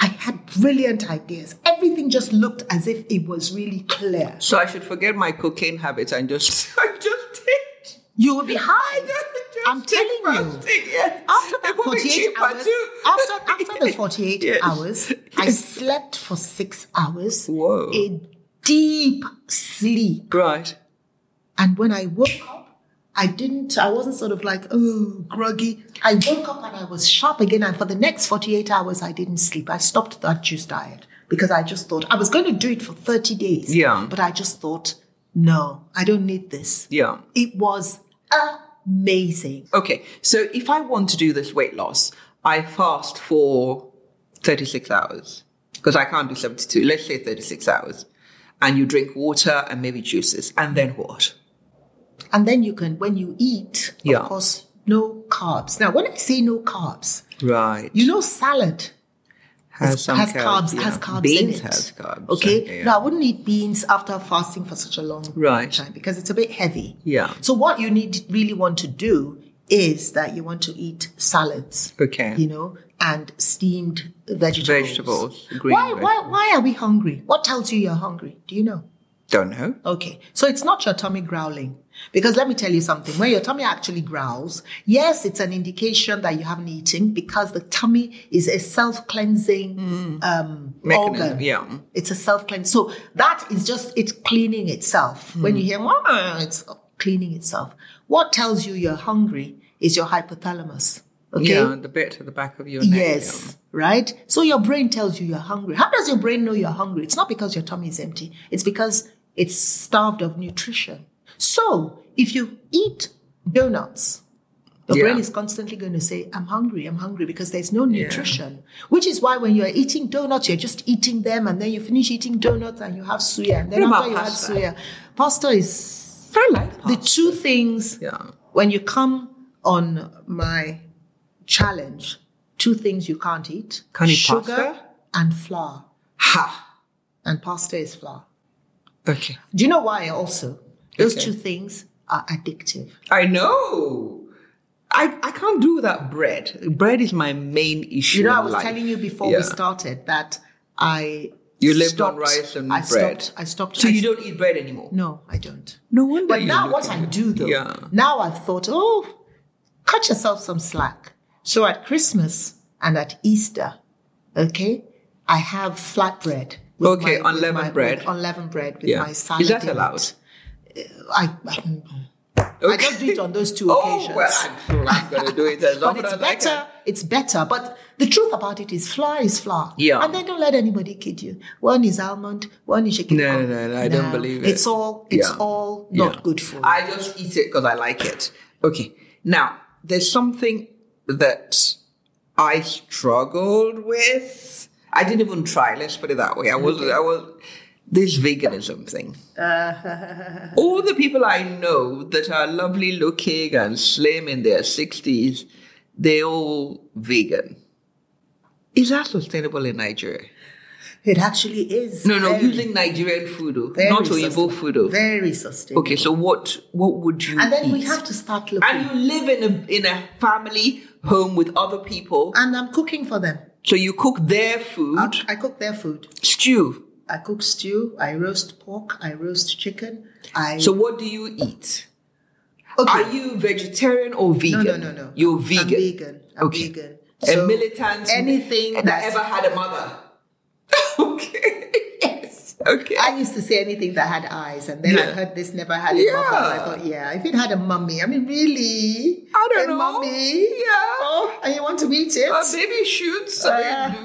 Speaker 2: I had brilliant ideas. Everything just looked as if it was really clear.
Speaker 1: So I should forget my cocaine habits and just I just take.
Speaker 2: You will be high.
Speaker 1: just
Speaker 2: I'm
Speaker 1: take
Speaker 2: telling you.
Speaker 1: fasting, yeah.
Speaker 2: After
Speaker 1: It
Speaker 2: that
Speaker 1: will be
Speaker 2: 48
Speaker 1: cheaper
Speaker 2: hours,
Speaker 1: too.
Speaker 2: after, after the 48
Speaker 1: Yes.
Speaker 2: hours, I slept for six hours.
Speaker 1: Whoa.
Speaker 2: A deep sleep.
Speaker 1: Right.
Speaker 2: And when I woke up, I didn't, I wasn't sort of like, oh, groggy. I woke up and I was sharp again. And for the next 48 hours, I didn't sleep. I stopped that juice diet because I just thought I was going to do it for 30 days.
Speaker 1: Yeah.
Speaker 2: But I just thought, no, I don't need this.
Speaker 1: Yeah.
Speaker 2: It was amazing.
Speaker 1: Okay, so if I want to do this weight loss, I fast for 36 hours because I can't do 72. Let's say 36 hours. And you drink water and maybe juices. And then what?
Speaker 2: And then you can, when you eat,
Speaker 1: Yeah.
Speaker 2: of course, no carbs. Now, when I say no carbs,
Speaker 1: Right.
Speaker 2: you know, salad
Speaker 1: has some
Speaker 2: has carbs,
Speaker 1: yeah.
Speaker 2: has carbs
Speaker 1: Beans
Speaker 2: in it.
Speaker 1: has carbs.
Speaker 2: Okay.
Speaker 1: okay,
Speaker 2: Now I wouldn't eat beans after fasting for such a long
Speaker 1: Right.
Speaker 2: time because it's a bit heavy.
Speaker 1: Yeah.
Speaker 2: So what you need really want to do is that you want to eat salads.
Speaker 1: Okay.
Speaker 2: You know, and steamed vegetables.
Speaker 1: Vegetables, green
Speaker 2: why, why why are we hungry? What tells you you're hungry? Do you know?
Speaker 1: Don't know.
Speaker 2: Okay, so it's not your tummy growling. Because let me tell you something, when your tummy actually growls, yes, it's an indication that you haven't eaten because the tummy is a self cleansing um,
Speaker 1: Mm. Mechanism,
Speaker 2: organ.
Speaker 1: yeah.
Speaker 2: It's a self cleanse. So that is just, it's cleaning itself.
Speaker 1: Mm.
Speaker 2: When you hear, "Wah," it's cleaning itself. What tells you you're hungry is your hypothalamus. Okay?
Speaker 1: Yeah, the bit at the back of your neck.
Speaker 2: Yes. Right? So your brain tells you you're hungry. How does your brain know you're hungry? It's not because your tummy is empty, it's because it's starved of nutrition. So if you eat donuts, your
Speaker 1: Yeah.
Speaker 2: brain is constantly going to say, I'm hungry, I'm hungry, because there's no nutrition. Which is why when you're eating donuts, you're just eating them and then you finish eating donuts and you have suya. And then
Speaker 1: What about
Speaker 2: after you
Speaker 1: pasta?
Speaker 2: have suya, pasta is
Speaker 1: I like
Speaker 2: the two things
Speaker 1: Yeah.
Speaker 2: when you come on my challenge, two things you can't eat
Speaker 1: Can't eat
Speaker 2: sugar
Speaker 1: pasta?
Speaker 2: and flour.
Speaker 1: Ha.
Speaker 2: And pasta is flour.
Speaker 1: Okay.
Speaker 2: Do you know why also? Those
Speaker 1: Okay.
Speaker 2: two things are addictive.
Speaker 1: I know. I, I can't do without bread. Bread is my main issue.
Speaker 2: You know,
Speaker 1: in
Speaker 2: I was
Speaker 1: life.
Speaker 2: telling you before
Speaker 1: Yeah.
Speaker 2: we started that I
Speaker 1: You lived
Speaker 2: stopped,
Speaker 1: on rice and
Speaker 2: I
Speaker 1: bread.
Speaker 2: Stopped, I stopped.
Speaker 1: So
Speaker 2: I
Speaker 1: you don't eat bread anymore.
Speaker 2: No, I don't.
Speaker 1: No wonder.
Speaker 2: But
Speaker 1: you
Speaker 2: now
Speaker 1: look
Speaker 2: what
Speaker 1: at
Speaker 2: I
Speaker 1: it.
Speaker 2: do though,
Speaker 1: Yeah.
Speaker 2: now I've thought, oh, cut yourself some slack. So at Christmas and at Easter, okay, I have flatbread. with
Speaker 1: Okay,
Speaker 2: my- with
Speaker 1: unleavened
Speaker 2: my- with
Speaker 1: bread.
Speaker 2: unleavened bread with
Speaker 1: Yeah.
Speaker 2: my salad.
Speaker 1: Is that
Speaker 2: in it.
Speaker 1: allowed?
Speaker 2: I, mm, I just do it on those two
Speaker 1: Oh
Speaker 2: occasions.
Speaker 1: well, I'm sure I'm going to do it as
Speaker 2: but
Speaker 1: often
Speaker 2: it's
Speaker 1: as I
Speaker 2: better.
Speaker 1: can.
Speaker 2: It's better. But the truth about it is, flour is flour.
Speaker 1: Yeah.
Speaker 2: And then don't let anybody kid you. One is almond, one is chicken.
Speaker 1: No, no, no, I don't believe it.
Speaker 2: It's all. It's
Speaker 1: Yeah.
Speaker 2: all not
Speaker 1: Yeah.
Speaker 2: good for you.
Speaker 1: I just eat it because I like it. Okay. Now, there's something that I struggled with. I didn't even try. Let's put it that way. I was, I was, this veganism thing.
Speaker 2: Uh-huh.
Speaker 1: All the people I know that are lovely looking and slim in their 60s, they're all vegan. Is that sustainable in Nigeria?
Speaker 2: It actually is.
Speaker 1: No, no,
Speaker 2: very,
Speaker 1: using Nigerian food, oh,
Speaker 2: very
Speaker 1: not Oyibo
Speaker 2: sustainable.
Speaker 1: food. oh.
Speaker 2: Very sustainable.
Speaker 1: Okay, so what what would you
Speaker 2: And then we
Speaker 1: eat?
Speaker 2: have to start looking.
Speaker 1: and you live in a in a family home with other people,
Speaker 2: and I'm cooking for them.
Speaker 1: so you cook their food,
Speaker 2: I, I cook their food.
Speaker 1: stew.
Speaker 2: I cook stew. I roast pork. I roast chicken. I
Speaker 1: So what do you eat?
Speaker 2: okay.
Speaker 1: Are you vegetarian or
Speaker 2: no,
Speaker 1: vegan?
Speaker 2: no, no, no.
Speaker 1: You're
Speaker 2: I'm
Speaker 1: vegan.
Speaker 2: vegan. I'm
Speaker 1: Okay.
Speaker 2: vegan.
Speaker 1: a militant
Speaker 2: anything
Speaker 1: that,
Speaker 2: that-
Speaker 1: ever had a mother. okay. yes. Okay.
Speaker 2: I used to say anything that had eyes, and then I
Speaker 1: Yeah.
Speaker 2: heard this never had a
Speaker 1: Yeah.
Speaker 2: mother. and I thought, yeah, if it had a mummy, I mean, really?
Speaker 1: I don't
Speaker 2: a
Speaker 1: know.
Speaker 2: mummy?
Speaker 1: Yeah.
Speaker 2: Oh, and you want to eat it?
Speaker 1: Uh, baby shoots.
Speaker 2: Uh,
Speaker 1: I-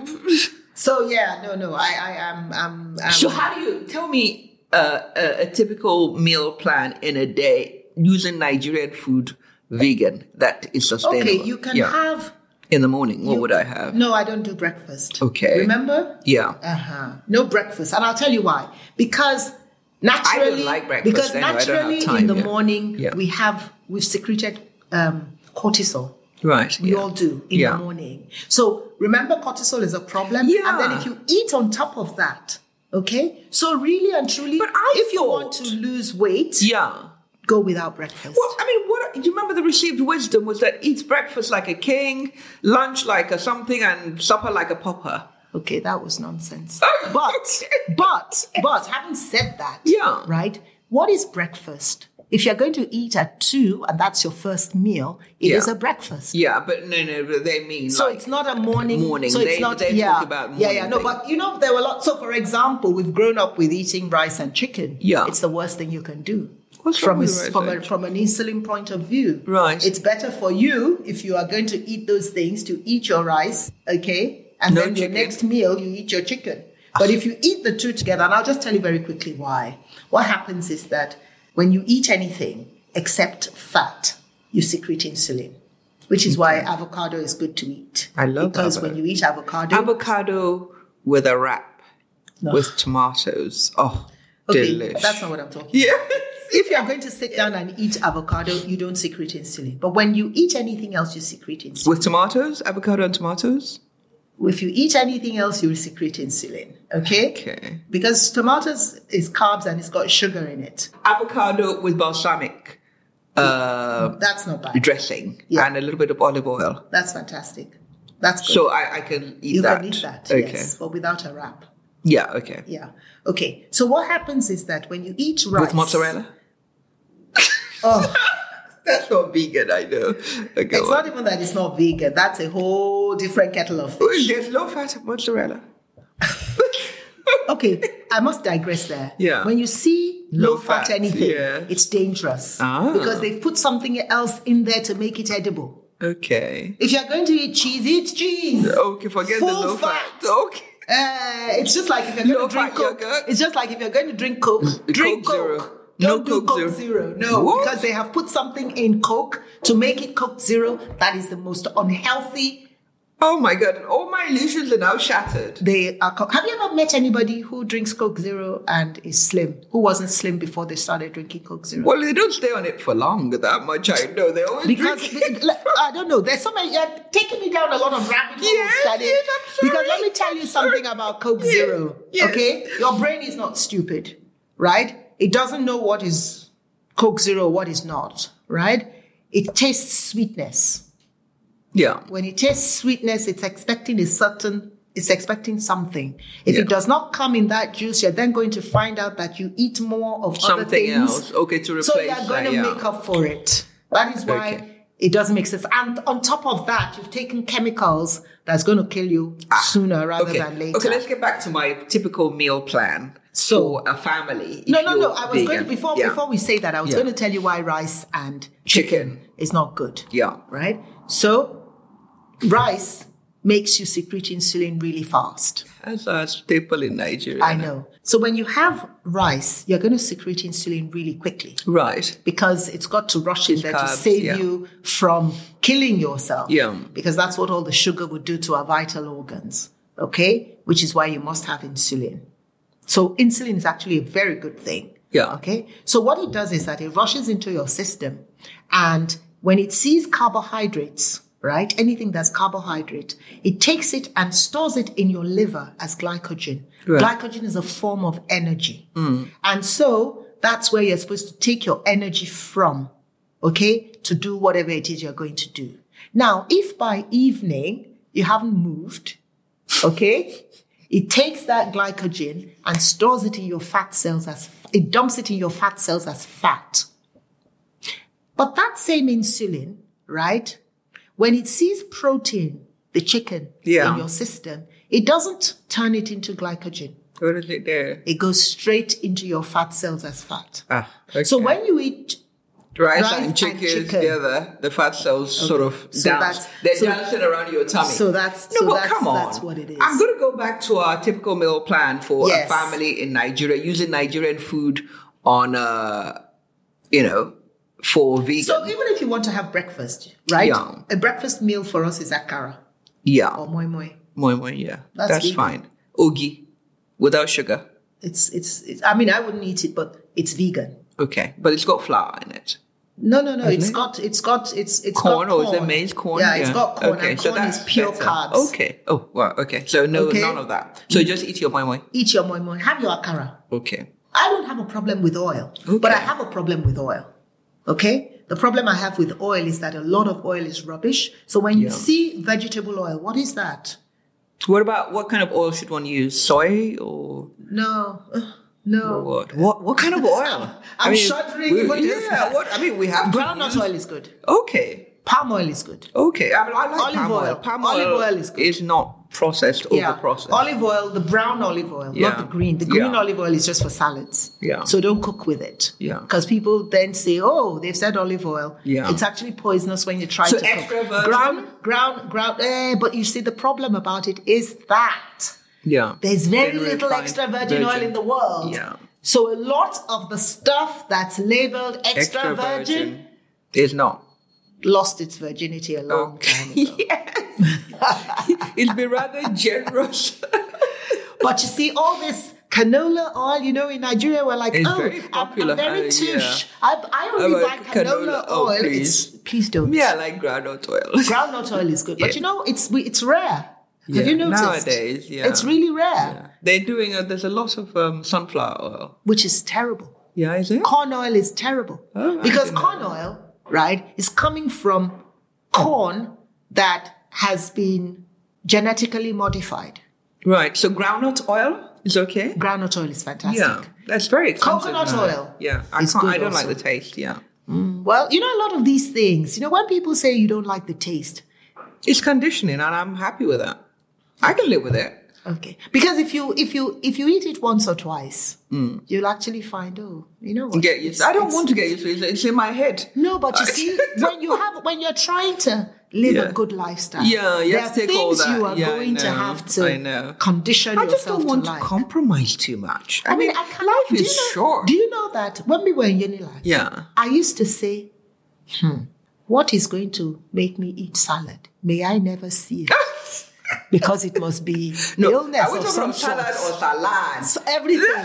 Speaker 2: so yeah, no, no, I, I am, I'm, I'm
Speaker 1: So how do you tell me uh, a, a typical meal plan in a day using Nigerian food, vegan that is sustainable?
Speaker 2: okay. You can
Speaker 1: yeah.
Speaker 2: have.
Speaker 1: in the morning. What
Speaker 2: you-
Speaker 1: would I have?
Speaker 2: No, I don't do breakfast.
Speaker 1: Okay.
Speaker 2: Remember?
Speaker 1: Yeah.
Speaker 2: Uh huh. No breakfast, and I'll tell you why. Because naturally,
Speaker 1: like breakfast
Speaker 2: Because
Speaker 1: anyway, I don't have
Speaker 2: naturally,
Speaker 1: time,
Speaker 2: in the
Speaker 1: yeah.
Speaker 2: morning,
Speaker 1: Yeah.
Speaker 2: we have we've secreted um, cortisol.
Speaker 1: Right.
Speaker 2: We
Speaker 1: yeah.
Speaker 2: all do in
Speaker 1: Yeah.
Speaker 2: the morning. So remember, cortisol is a problem.
Speaker 1: Yeah.
Speaker 2: And then if you eat on top of that, okay? So really and truly,
Speaker 1: But I
Speaker 2: if you want to
Speaker 1: thought-
Speaker 2: lose weight,
Speaker 1: Yeah.
Speaker 2: go without breakfast.
Speaker 1: Well, I mean, what do you remember? The received wisdom was that eat breakfast like a king, lunch like a something, and supper like a pauper.
Speaker 2: Okay, that was nonsense. But, but, but, having said that,
Speaker 1: Yeah.
Speaker 2: right? What is breakfast? If you're going to eat at two and that's your first meal, it is
Speaker 1: Yeah.
Speaker 2: a breakfast.
Speaker 1: Yeah, but no, no, but they mean
Speaker 2: So
Speaker 1: like
Speaker 2: it's not a morning.
Speaker 1: Morning.
Speaker 2: So it's
Speaker 1: They-
Speaker 2: not.
Speaker 1: they
Speaker 2: yeah.
Speaker 1: talk about
Speaker 2: yeah, yeah.
Speaker 1: morning
Speaker 2: No,
Speaker 1: thing.
Speaker 2: but you know there were lots. So for example, we've grown up with eating rice and chicken.
Speaker 1: Yeah.
Speaker 2: it's the worst thing you can do.
Speaker 1: What's
Speaker 2: from
Speaker 1: wrong
Speaker 2: a,
Speaker 1: with rice
Speaker 2: from, a,
Speaker 1: and-
Speaker 2: from an insulin point of view,
Speaker 1: Right.
Speaker 2: It's better for you if you are going to eat those things to eat your rice, okay, and
Speaker 1: No
Speaker 2: then your
Speaker 1: chicken.
Speaker 2: next meal you eat your chicken. But if you eat the two together, and I'll just tell you very quickly why. What happens is that when you eat anything except fat, you secrete insulin, which is why avocado is good to eat.
Speaker 1: I love
Speaker 2: because
Speaker 1: avocado.
Speaker 2: when you eat avocado,
Speaker 1: avocado with a wrap with tomatoes. Oh,
Speaker 2: okay,
Speaker 1: delish.
Speaker 2: that's not what I'm talking.
Speaker 1: yeah.
Speaker 2: If you are going to sit down and eat avocado, you don't secrete insulin. But when you eat anything else, you secrete insulin.
Speaker 1: With tomatoes, avocado and tomatoes?
Speaker 2: if you eat anything else, you will secrete insulin. Okay?
Speaker 1: Okay.
Speaker 2: Because tomatoes is carbs and it's got sugar in it.
Speaker 1: Avocado with balsamic uh,
Speaker 2: That's not bad.
Speaker 1: dressing
Speaker 2: Yeah.
Speaker 1: and a little bit of olive oil.
Speaker 2: That's fantastic. That's good.
Speaker 1: So I, I can eat
Speaker 2: you
Speaker 1: that.
Speaker 2: can eat that,
Speaker 1: Okay.
Speaker 2: yes, but without a wrap.
Speaker 1: Yeah, okay.
Speaker 2: Yeah. Okay. So what happens is that when you eat rice
Speaker 1: With mozzarella?
Speaker 2: Oh,
Speaker 1: That's not vegan, I know. Okay.
Speaker 2: it's
Speaker 1: well.
Speaker 2: not even that it's not vegan. That's a whole different kettle of
Speaker 1: Well,
Speaker 2: fish.
Speaker 1: There's low fat mozzarella.
Speaker 2: Okay, I must digress there.
Speaker 1: Yeah.
Speaker 2: When you see
Speaker 1: Low
Speaker 2: low, fat,
Speaker 1: fat,
Speaker 2: anything,
Speaker 1: yeah.
Speaker 2: it's dangerous
Speaker 1: Ah.
Speaker 2: because they've put something else in there to make it edible.
Speaker 1: Okay.
Speaker 2: If you're going to eat cheese, eat cheese.
Speaker 1: Okay, forget
Speaker 2: Full
Speaker 1: the low fat.
Speaker 2: fat.
Speaker 1: Okay.
Speaker 2: Uh, it's just like if you're going
Speaker 1: Low
Speaker 2: to drink
Speaker 1: fat
Speaker 2: coke.
Speaker 1: yogurt.
Speaker 2: It's just like if you're going to drink coke, drink
Speaker 1: Coke
Speaker 2: coke.
Speaker 1: Zero.
Speaker 2: Don't
Speaker 1: No
Speaker 2: do
Speaker 1: Coke Zero.
Speaker 2: coke zero. No,
Speaker 1: What?
Speaker 2: because they have put something in coke to make it coke zero. That is the most unhealthy.
Speaker 1: Oh my god, all my illusions are now shattered.
Speaker 2: They are. Co- have you ever met anybody who drinks coke zero and is slim? Who wasn't slim before they started drinking coke zero?
Speaker 1: Well, they don't stay on it for long that much, I know. They always
Speaker 2: Because
Speaker 1: drink it.
Speaker 2: like, I don't know, there's so many. You're taking me down a lot of rabbit holes.
Speaker 1: Yes,
Speaker 2: Shade.
Speaker 1: yes, I'm sorry.
Speaker 2: Because let me tell you something about Coke
Speaker 1: Yes,
Speaker 2: Zero.
Speaker 1: yes.
Speaker 2: Okay, your brain is not stupid, right? It doesn't know what is Coke Zero, what is not, right? It tastes sweetness.
Speaker 1: Yeah.
Speaker 2: When it tastes sweetness, it's expecting a certain, it's expecting something. If
Speaker 1: Yeah.
Speaker 2: it does not come in that juice, you're then going to find out that you eat more of other
Speaker 1: Something
Speaker 2: things.
Speaker 1: else. Okay, to replace
Speaker 2: So you're going
Speaker 1: that.
Speaker 2: to
Speaker 1: Yeah.
Speaker 2: make up for it. That is why
Speaker 1: Okay.
Speaker 2: it doesn't make sense. And on top of that, you've taken chemicals that's going to kill you sooner rather
Speaker 1: Ah, okay.
Speaker 2: than later.
Speaker 1: Okay, let's get back to my typical meal plan
Speaker 2: So-
Speaker 1: for a family.
Speaker 2: no,
Speaker 1: if
Speaker 2: no, no.
Speaker 1: you're
Speaker 2: I was
Speaker 1: vegan.
Speaker 2: going to, before
Speaker 1: Yeah.
Speaker 2: before we say that, I was
Speaker 1: Yeah.
Speaker 2: going to tell you why rice and
Speaker 1: Chicken.
Speaker 2: is not good.
Speaker 1: Yeah.
Speaker 2: Right. So rice makes you secrete insulin really fast.
Speaker 1: That's a staple in Nigeria.
Speaker 2: I know. So when you have rice, you're going to secrete insulin really quickly.
Speaker 1: Right.
Speaker 2: because it's got to rush in there to
Speaker 1: carbs,
Speaker 2: save
Speaker 1: yeah.
Speaker 2: you from killing yourself.
Speaker 1: Yeah.
Speaker 2: Because that's what all the sugar would do to our vital organs. Okay? Which is why you must have insulin. So insulin is actually a very good thing.
Speaker 1: Yeah.
Speaker 2: Okay? So what it does is that it rushes into your system and when it sees carbohydrates, right? Anything that's carbohydrate, it takes it and stores it in your liver as glycogen.
Speaker 1: Right.
Speaker 2: Glycogen is a form of energy. And so that's where you're supposed to take your energy from, okay, to do whatever it is you're going to do. Now, if by evening you haven't moved, okay, it takes that glycogen and stores it in your fat cells as, it dumps it in your fat cells as fat. But that same insulin, right, when it sees protein, the chicken
Speaker 1: Yeah.
Speaker 2: in your system, it doesn't turn it into glycogen
Speaker 1: What is it there?
Speaker 2: it goes straight into your fat cells as fat.
Speaker 1: Ah, okay.
Speaker 2: So when you eat,
Speaker 1: rice,
Speaker 2: rice
Speaker 1: and
Speaker 2: and
Speaker 1: chicken, is
Speaker 2: chicken.
Speaker 1: together, the fat cells sort of
Speaker 2: so
Speaker 1: dance.
Speaker 2: that's-
Speaker 1: They're
Speaker 2: so-
Speaker 1: dancing around your tummy.
Speaker 2: so that's-
Speaker 1: no,
Speaker 2: so
Speaker 1: but
Speaker 2: that's-
Speaker 1: come on.
Speaker 2: that's what it is.
Speaker 1: I'm going to go back to our typical meal plan for
Speaker 2: Yes.
Speaker 1: a family in Nigeria using Nigerian food on, uh, you know, for vegan.
Speaker 2: so even if you want to have breakfast, right?
Speaker 1: Yeah.
Speaker 2: A breakfast meal for us is akara
Speaker 1: yeah,
Speaker 2: or moi moi.
Speaker 1: moi moi. Yeah,
Speaker 2: That's
Speaker 1: that's,
Speaker 2: vegan.
Speaker 1: fine. Ogi, without sugar.
Speaker 2: It's, it's it's. I mean, I wouldn't eat it, but it's vegan.
Speaker 1: Okay, but it's got flour in it.
Speaker 2: No, no, no. It's
Speaker 1: it?
Speaker 2: got it's got it's it's
Speaker 1: Corn,
Speaker 2: got corn.
Speaker 1: or is it maize corn?
Speaker 2: Yeah, it's got corn. and corn is pure
Speaker 1: better.
Speaker 2: carbs.
Speaker 1: Okay. Oh, wow. Okay. So no,
Speaker 2: Okay.
Speaker 1: none of that. So just eat your moi moi.
Speaker 2: Eat your moi moi. Have your akara.
Speaker 1: Okay.
Speaker 2: I don't have a problem with oil, but
Speaker 1: Okay.
Speaker 2: I have a problem with oil. Okay? The problem I have with oil is that a lot of oil is rubbish. So when you
Speaker 1: Yeah.
Speaker 2: see vegetable oil, what is that?
Speaker 1: What about what kind of oil should one use? Soy or
Speaker 2: No, Ugh, no.
Speaker 1: what? What what kind of oil?
Speaker 2: I'm shuddering
Speaker 1: we-
Speaker 2: even just
Speaker 1: Yeah,
Speaker 2: now.
Speaker 1: what I mean we have to
Speaker 2: Groundnut
Speaker 1: use-
Speaker 2: oil is good.
Speaker 1: Okay.
Speaker 2: Palm oil is good.
Speaker 1: Okay. I, mean, I like
Speaker 2: Olive
Speaker 1: palm
Speaker 2: oil.
Speaker 1: oil. Palm
Speaker 2: Olive oil is good.
Speaker 1: not processed over processed.
Speaker 2: Olive oil, the brown olive oil, not
Speaker 1: Yeah.
Speaker 2: the green. The green
Speaker 1: Yeah.
Speaker 2: olive oil is just for salads.
Speaker 1: Yeah.
Speaker 2: So don't cook with it.
Speaker 1: Yeah.
Speaker 2: Because people then say, oh, they've said olive oil.
Speaker 1: Yeah.
Speaker 2: It's actually poisonous when you try
Speaker 1: So
Speaker 2: to
Speaker 1: extra
Speaker 2: cook.
Speaker 1: virgin?
Speaker 2: Ground, ground, ground. Eh, but you see, the problem about it is that
Speaker 1: yeah.
Speaker 2: there's very
Speaker 1: Then
Speaker 2: little
Speaker 1: refined
Speaker 2: extra virgin, oil in the world.
Speaker 1: Yeah.
Speaker 2: So a lot of the stuff that's labeled extra,
Speaker 1: Extra
Speaker 2: virgin,
Speaker 1: virgin is not.
Speaker 2: lost its virginity a long time ago.
Speaker 1: It'd be rather generous.
Speaker 2: But you see, all this canola oil, you know, in Nigeria, we're like,
Speaker 1: It's
Speaker 2: oh,
Speaker 1: very
Speaker 2: I'm-
Speaker 1: popular,
Speaker 2: I'm, very
Speaker 1: uh, yeah.
Speaker 2: touche. I, I only
Speaker 1: Oh,
Speaker 2: buy
Speaker 1: like
Speaker 2: canola,
Speaker 1: canola, oh,
Speaker 2: oil. It's, please don't.
Speaker 1: yeah, I like groundnut oil.
Speaker 2: Groundnut oil is good. But
Speaker 1: Yeah.
Speaker 2: you know, it's we- it's rare.
Speaker 1: Yeah,
Speaker 2: Have you noticed?
Speaker 1: Nowadays, yeah.
Speaker 2: It's really rare,
Speaker 1: Yeah. They're doing, a, there's a lot of um, sunflower oil.
Speaker 2: which is terrible.
Speaker 1: Yeah, is it?
Speaker 2: Corn oil is terrible.
Speaker 1: Oh, I
Speaker 2: because
Speaker 1: didn't know
Speaker 2: corn oil, right, is coming from corn that has been genetically modified.
Speaker 1: Right. So groundnut oil is okay.
Speaker 2: Groundnut oil is fantastic.
Speaker 1: Yeah, that's very expensive.
Speaker 2: Coconut
Speaker 1: now.
Speaker 2: oil
Speaker 1: Yeah, I
Speaker 2: is
Speaker 1: can't.
Speaker 2: good
Speaker 1: I don't
Speaker 2: also.
Speaker 1: like the taste. Yeah,
Speaker 2: Well, you know, a lot of these things, you know, when people say you don't like the taste,
Speaker 1: it's conditioning, and I'm happy with that. I can live with it.
Speaker 2: Okay. Because if you if you if you eat it once or twice,
Speaker 1: Hmm.
Speaker 2: you'll actually find oh, you know what?
Speaker 1: Get used. I don't want to get used to it. It's in my head.
Speaker 2: No, but you see, when you have when you're trying to live a
Speaker 1: Yeah.
Speaker 2: good lifestyle,
Speaker 1: Yeah, you
Speaker 2: there
Speaker 1: have
Speaker 2: are
Speaker 1: to take
Speaker 2: things
Speaker 1: all that.
Speaker 2: you are
Speaker 1: Yeah, I
Speaker 2: going to
Speaker 1: know,
Speaker 2: have
Speaker 1: I know.
Speaker 2: to condition
Speaker 1: I
Speaker 2: yourself
Speaker 1: just don't want
Speaker 2: to
Speaker 1: to
Speaker 2: like.
Speaker 1: compromise too much. I,
Speaker 2: I mean,
Speaker 1: mean,
Speaker 2: I can't, do
Speaker 1: life
Speaker 2: you
Speaker 1: is
Speaker 2: know-
Speaker 1: short.
Speaker 2: Do you know that when we were in Unilag,
Speaker 1: yeah,
Speaker 2: I used to say, hmm, what is going to make me eat salad? May I never see it. Because it must be illness
Speaker 1: Are we
Speaker 2: of
Speaker 1: talking
Speaker 2: some
Speaker 1: about salad
Speaker 2: sort.
Speaker 1: or salad?
Speaker 2: So everything.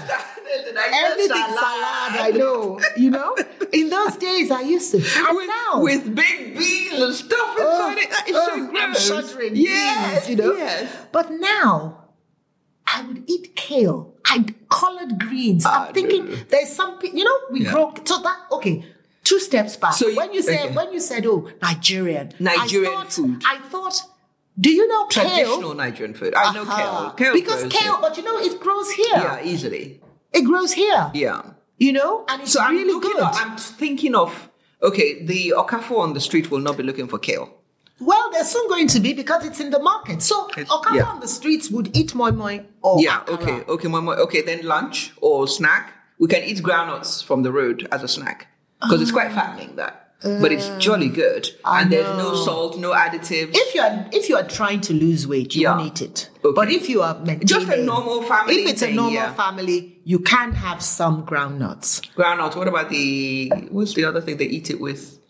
Speaker 2: Everything salad. I know. You know, in those days I used to. And
Speaker 1: with,
Speaker 2: now,
Speaker 1: with big beans and stuff
Speaker 2: oh,
Speaker 1: inside it. It's so
Speaker 2: oh,
Speaker 1: gross.
Speaker 2: I'm shuddering.
Speaker 1: Yes,
Speaker 2: beans, you know.
Speaker 1: yes.
Speaker 2: But now, I would eat kale. I would colored greens.
Speaker 1: Ah,
Speaker 2: I'm thinking
Speaker 1: no.
Speaker 2: there's some. pe- You know, we
Speaker 1: Yeah.
Speaker 2: grow so that okay. Two steps back.
Speaker 1: So you-
Speaker 2: when you said
Speaker 1: okay.
Speaker 2: when you said, "Oh, Nigerian,"
Speaker 1: Nigerian
Speaker 2: I thought,
Speaker 1: food.
Speaker 2: I thought, do you know
Speaker 1: Traditional
Speaker 2: kale?
Speaker 1: Nigerian food. I know
Speaker 2: Ah,
Speaker 1: kale. Kale
Speaker 2: because
Speaker 1: grows
Speaker 2: kale,
Speaker 1: here.
Speaker 2: but you know, it grows here.
Speaker 1: Yeah, easily.
Speaker 2: It grows here.
Speaker 1: Yeah.
Speaker 2: You know, and it's
Speaker 1: So I'm
Speaker 2: really
Speaker 1: looking
Speaker 2: good.
Speaker 1: at- I'm thinking of okay, the Okafo on the street will not be looking for kale.
Speaker 2: Well, they're soon going to be because it's in the market. So
Speaker 1: It's-
Speaker 2: Okafor
Speaker 1: yeah.
Speaker 2: on the streets would eat moi moi or
Speaker 1: yeah,
Speaker 2: akara.
Speaker 1: okay, okay, moi, moi. okay. Then lunch or snack, we can eat groundnuts from the road as a snack because it's quite fattening that, but it's jolly good
Speaker 2: Ah. Uh, I
Speaker 1: and there's no
Speaker 2: know.
Speaker 1: salt, no additives.
Speaker 2: If you are if you are trying to lose weight, you
Speaker 1: Yeah.
Speaker 2: won't eat it.
Speaker 1: Okay.
Speaker 2: But if you are maintaining,
Speaker 1: normal family
Speaker 2: if it's a
Speaker 1: thing,
Speaker 2: normal
Speaker 1: yeah.
Speaker 2: family, you can have some groundnuts.
Speaker 1: groundnuts. What about the what's the other thing they eat it with?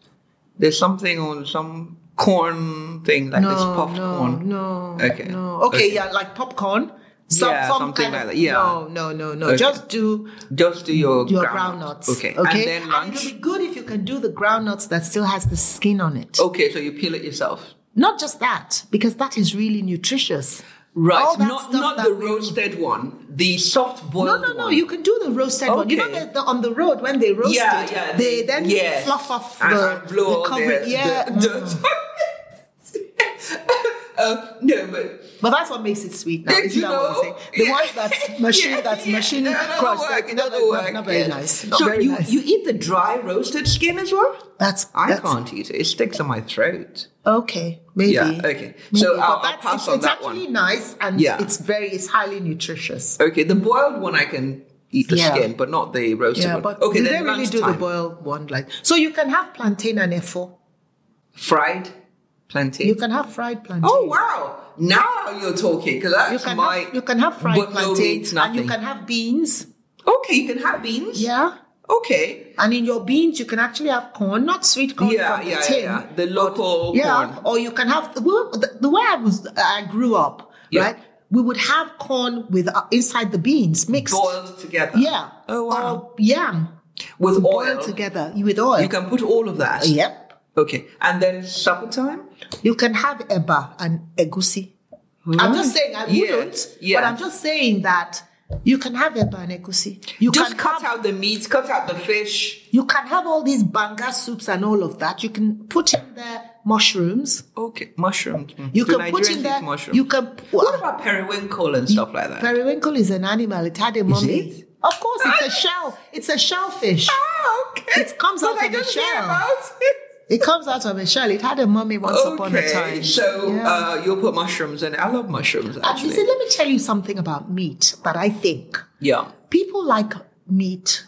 Speaker 1: There's something on some corn thing like this puffed corn.
Speaker 2: no,
Speaker 1: Okay.
Speaker 2: no. Okay, yeah, like popcorn. Some,
Speaker 1: Yeah,
Speaker 2: some
Speaker 1: something
Speaker 2: kind of-
Speaker 1: like that, yeah.
Speaker 2: No, no, no, no.
Speaker 1: Okay.
Speaker 2: Just do
Speaker 1: Just do your
Speaker 2: your
Speaker 1: groundnut.
Speaker 2: groundnuts.
Speaker 1: Okay.
Speaker 2: Okay.
Speaker 1: And then lunch.
Speaker 2: it'll be good if you can do the groundnuts that still has the skin on it.
Speaker 1: Okay, so you peel it yourself.
Speaker 2: Not just that, because that is really nutritious.
Speaker 1: Right,
Speaker 2: All that
Speaker 1: not
Speaker 2: stuff
Speaker 1: not
Speaker 2: that
Speaker 1: the
Speaker 2: we-
Speaker 1: roasted one, the soft boiled
Speaker 2: No,
Speaker 1: one.
Speaker 2: no, no. You can do the roasted one. You know,
Speaker 1: Okay.
Speaker 2: the, the, on the road when they roast
Speaker 1: Yeah,
Speaker 2: it,
Speaker 1: yeah,
Speaker 2: they
Speaker 1: they-
Speaker 2: then
Speaker 1: yes.
Speaker 2: fluff off
Speaker 1: and,
Speaker 2: the,
Speaker 1: and blow
Speaker 2: the
Speaker 1: all
Speaker 2: covering.
Speaker 1: the,
Speaker 2: yeah,
Speaker 1: the
Speaker 2: mm.
Speaker 1: dirt. Uh, no, but
Speaker 2: Mm. but that's what makes it sweet. Now,
Speaker 1: Did
Speaker 2: isn't
Speaker 1: you
Speaker 2: that what I'm
Speaker 1: know?
Speaker 2: saying? The
Speaker 1: Yeah.
Speaker 2: ones that machine,
Speaker 1: Yeah,
Speaker 2: that's
Speaker 1: yeah.
Speaker 2: machine
Speaker 1: No, no, no,
Speaker 2: crushed,
Speaker 1: work,
Speaker 2: that's
Speaker 1: it
Speaker 2: not,
Speaker 1: doesn't
Speaker 2: not-
Speaker 1: work,
Speaker 2: not very
Speaker 1: yes.
Speaker 2: nice. Not
Speaker 1: so
Speaker 2: very
Speaker 1: you,
Speaker 2: nice.
Speaker 1: you eat the dry roasted skin as well?
Speaker 2: that's
Speaker 1: I
Speaker 2: that's,
Speaker 1: can't eat it. It sticks in my throat.
Speaker 2: Okay, maybe.
Speaker 1: Yeah, okay. So
Speaker 2: Maybe.
Speaker 1: I'll- I'll
Speaker 2: but that's,
Speaker 1: pass
Speaker 2: it's,
Speaker 1: on
Speaker 2: it's
Speaker 1: that
Speaker 2: actually
Speaker 1: one.
Speaker 2: nice and
Speaker 1: Yeah.
Speaker 2: it's very it's highly nutritious.
Speaker 1: Okay, the boiled one I can eat the
Speaker 2: Yeah.
Speaker 1: skin, but not the roasted
Speaker 2: Yeah,
Speaker 1: one.
Speaker 2: but
Speaker 1: okay,
Speaker 2: do
Speaker 1: then
Speaker 2: they really do the
Speaker 1: lunchtime.
Speaker 2: boil one like? So you can have plantain and effo.
Speaker 1: Fried plantain.
Speaker 2: You can have fried plantain.
Speaker 1: oh wow! Now you're talking because
Speaker 2: Mm. You
Speaker 1: that's
Speaker 2: can,
Speaker 1: my.
Speaker 2: have, you can have fried
Speaker 1: but no
Speaker 2: plantain
Speaker 1: meat,
Speaker 2: and you
Speaker 1: nothing.
Speaker 2: can have beans.
Speaker 1: Okay, you can have beans.
Speaker 2: Yeah.
Speaker 1: Okay.
Speaker 2: And in your beans, you can actually have corn, not sweet corn
Speaker 1: Yeah,
Speaker 2: from the
Speaker 1: yeah, yeah,
Speaker 2: tin.
Speaker 1: yeah. The local
Speaker 2: Yeah,
Speaker 1: corn.
Speaker 2: Or you can have well, the, the way I was I grew up,
Speaker 1: Yeah.
Speaker 2: right? We would have corn with uh, inside the beans mixed.
Speaker 1: Boiled together.
Speaker 2: Yeah.
Speaker 1: Oh wow.
Speaker 2: Or yam
Speaker 1: With oil.
Speaker 2: boiled together with oil.
Speaker 1: You can put all of that.
Speaker 2: yep.
Speaker 1: Okay, and then supper time.
Speaker 2: You can have eba and egusi. I'm just saying I
Speaker 1: Yes,
Speaker 2: wouldn't,
Speaker 1: yes.
Speaker 2: but I'm just saying that you can have eba and egusi. You
Speaker 1: Just
Speaker 2: can
Speaker 1: cut
Speaker 2: have,
Speaker 1: out the meat, cut out the fish.
Speaker 2: You can have all these banga soups and all of that. You can put in there mushrooms.
Speaker 1: Okay, mushrooms. Mm.
Speaker 2: You
Speaker 1: Do
Speaker 2: can put
Speaker 1: Nigerians
Speaker 2: in
Speaker 1: eat
Speaker 2: there.
Speaker 1: mushrooms.
Speaker 2: You Mm. can.
Speaker 1: What about periwinkle and stuff like that?
Speaker 2: periwinkle is an animal. It had a mummy.
Speaker 1: it?
Speaker 2: Of course, it's a shell. It's a shellfish.
Speaker 1: ah, okay.
Speaker 2: It comes
Speaker 1: But
Speaker 2: out
Speaker 1: I
Speaker 2: of the
Speaker 1: just hear
Speaker 2: shell.
Speaker 1: about it.
Speaker 2: It comes out of a shell. It had a mummy once upon a
Speaker 1: Okay,
Speaker 2: time.
Speaker 1: so
Speaker 2: Yeah.
Speaker 1: uh, you'll put mushrooms in. it. I love mushrooms
Speaker 2: And you see,
Speaker 1: actually.
Speaker 2: let me tell you something about meat that I think
Speaker 1: Yeah,
Speaker 2: people like meat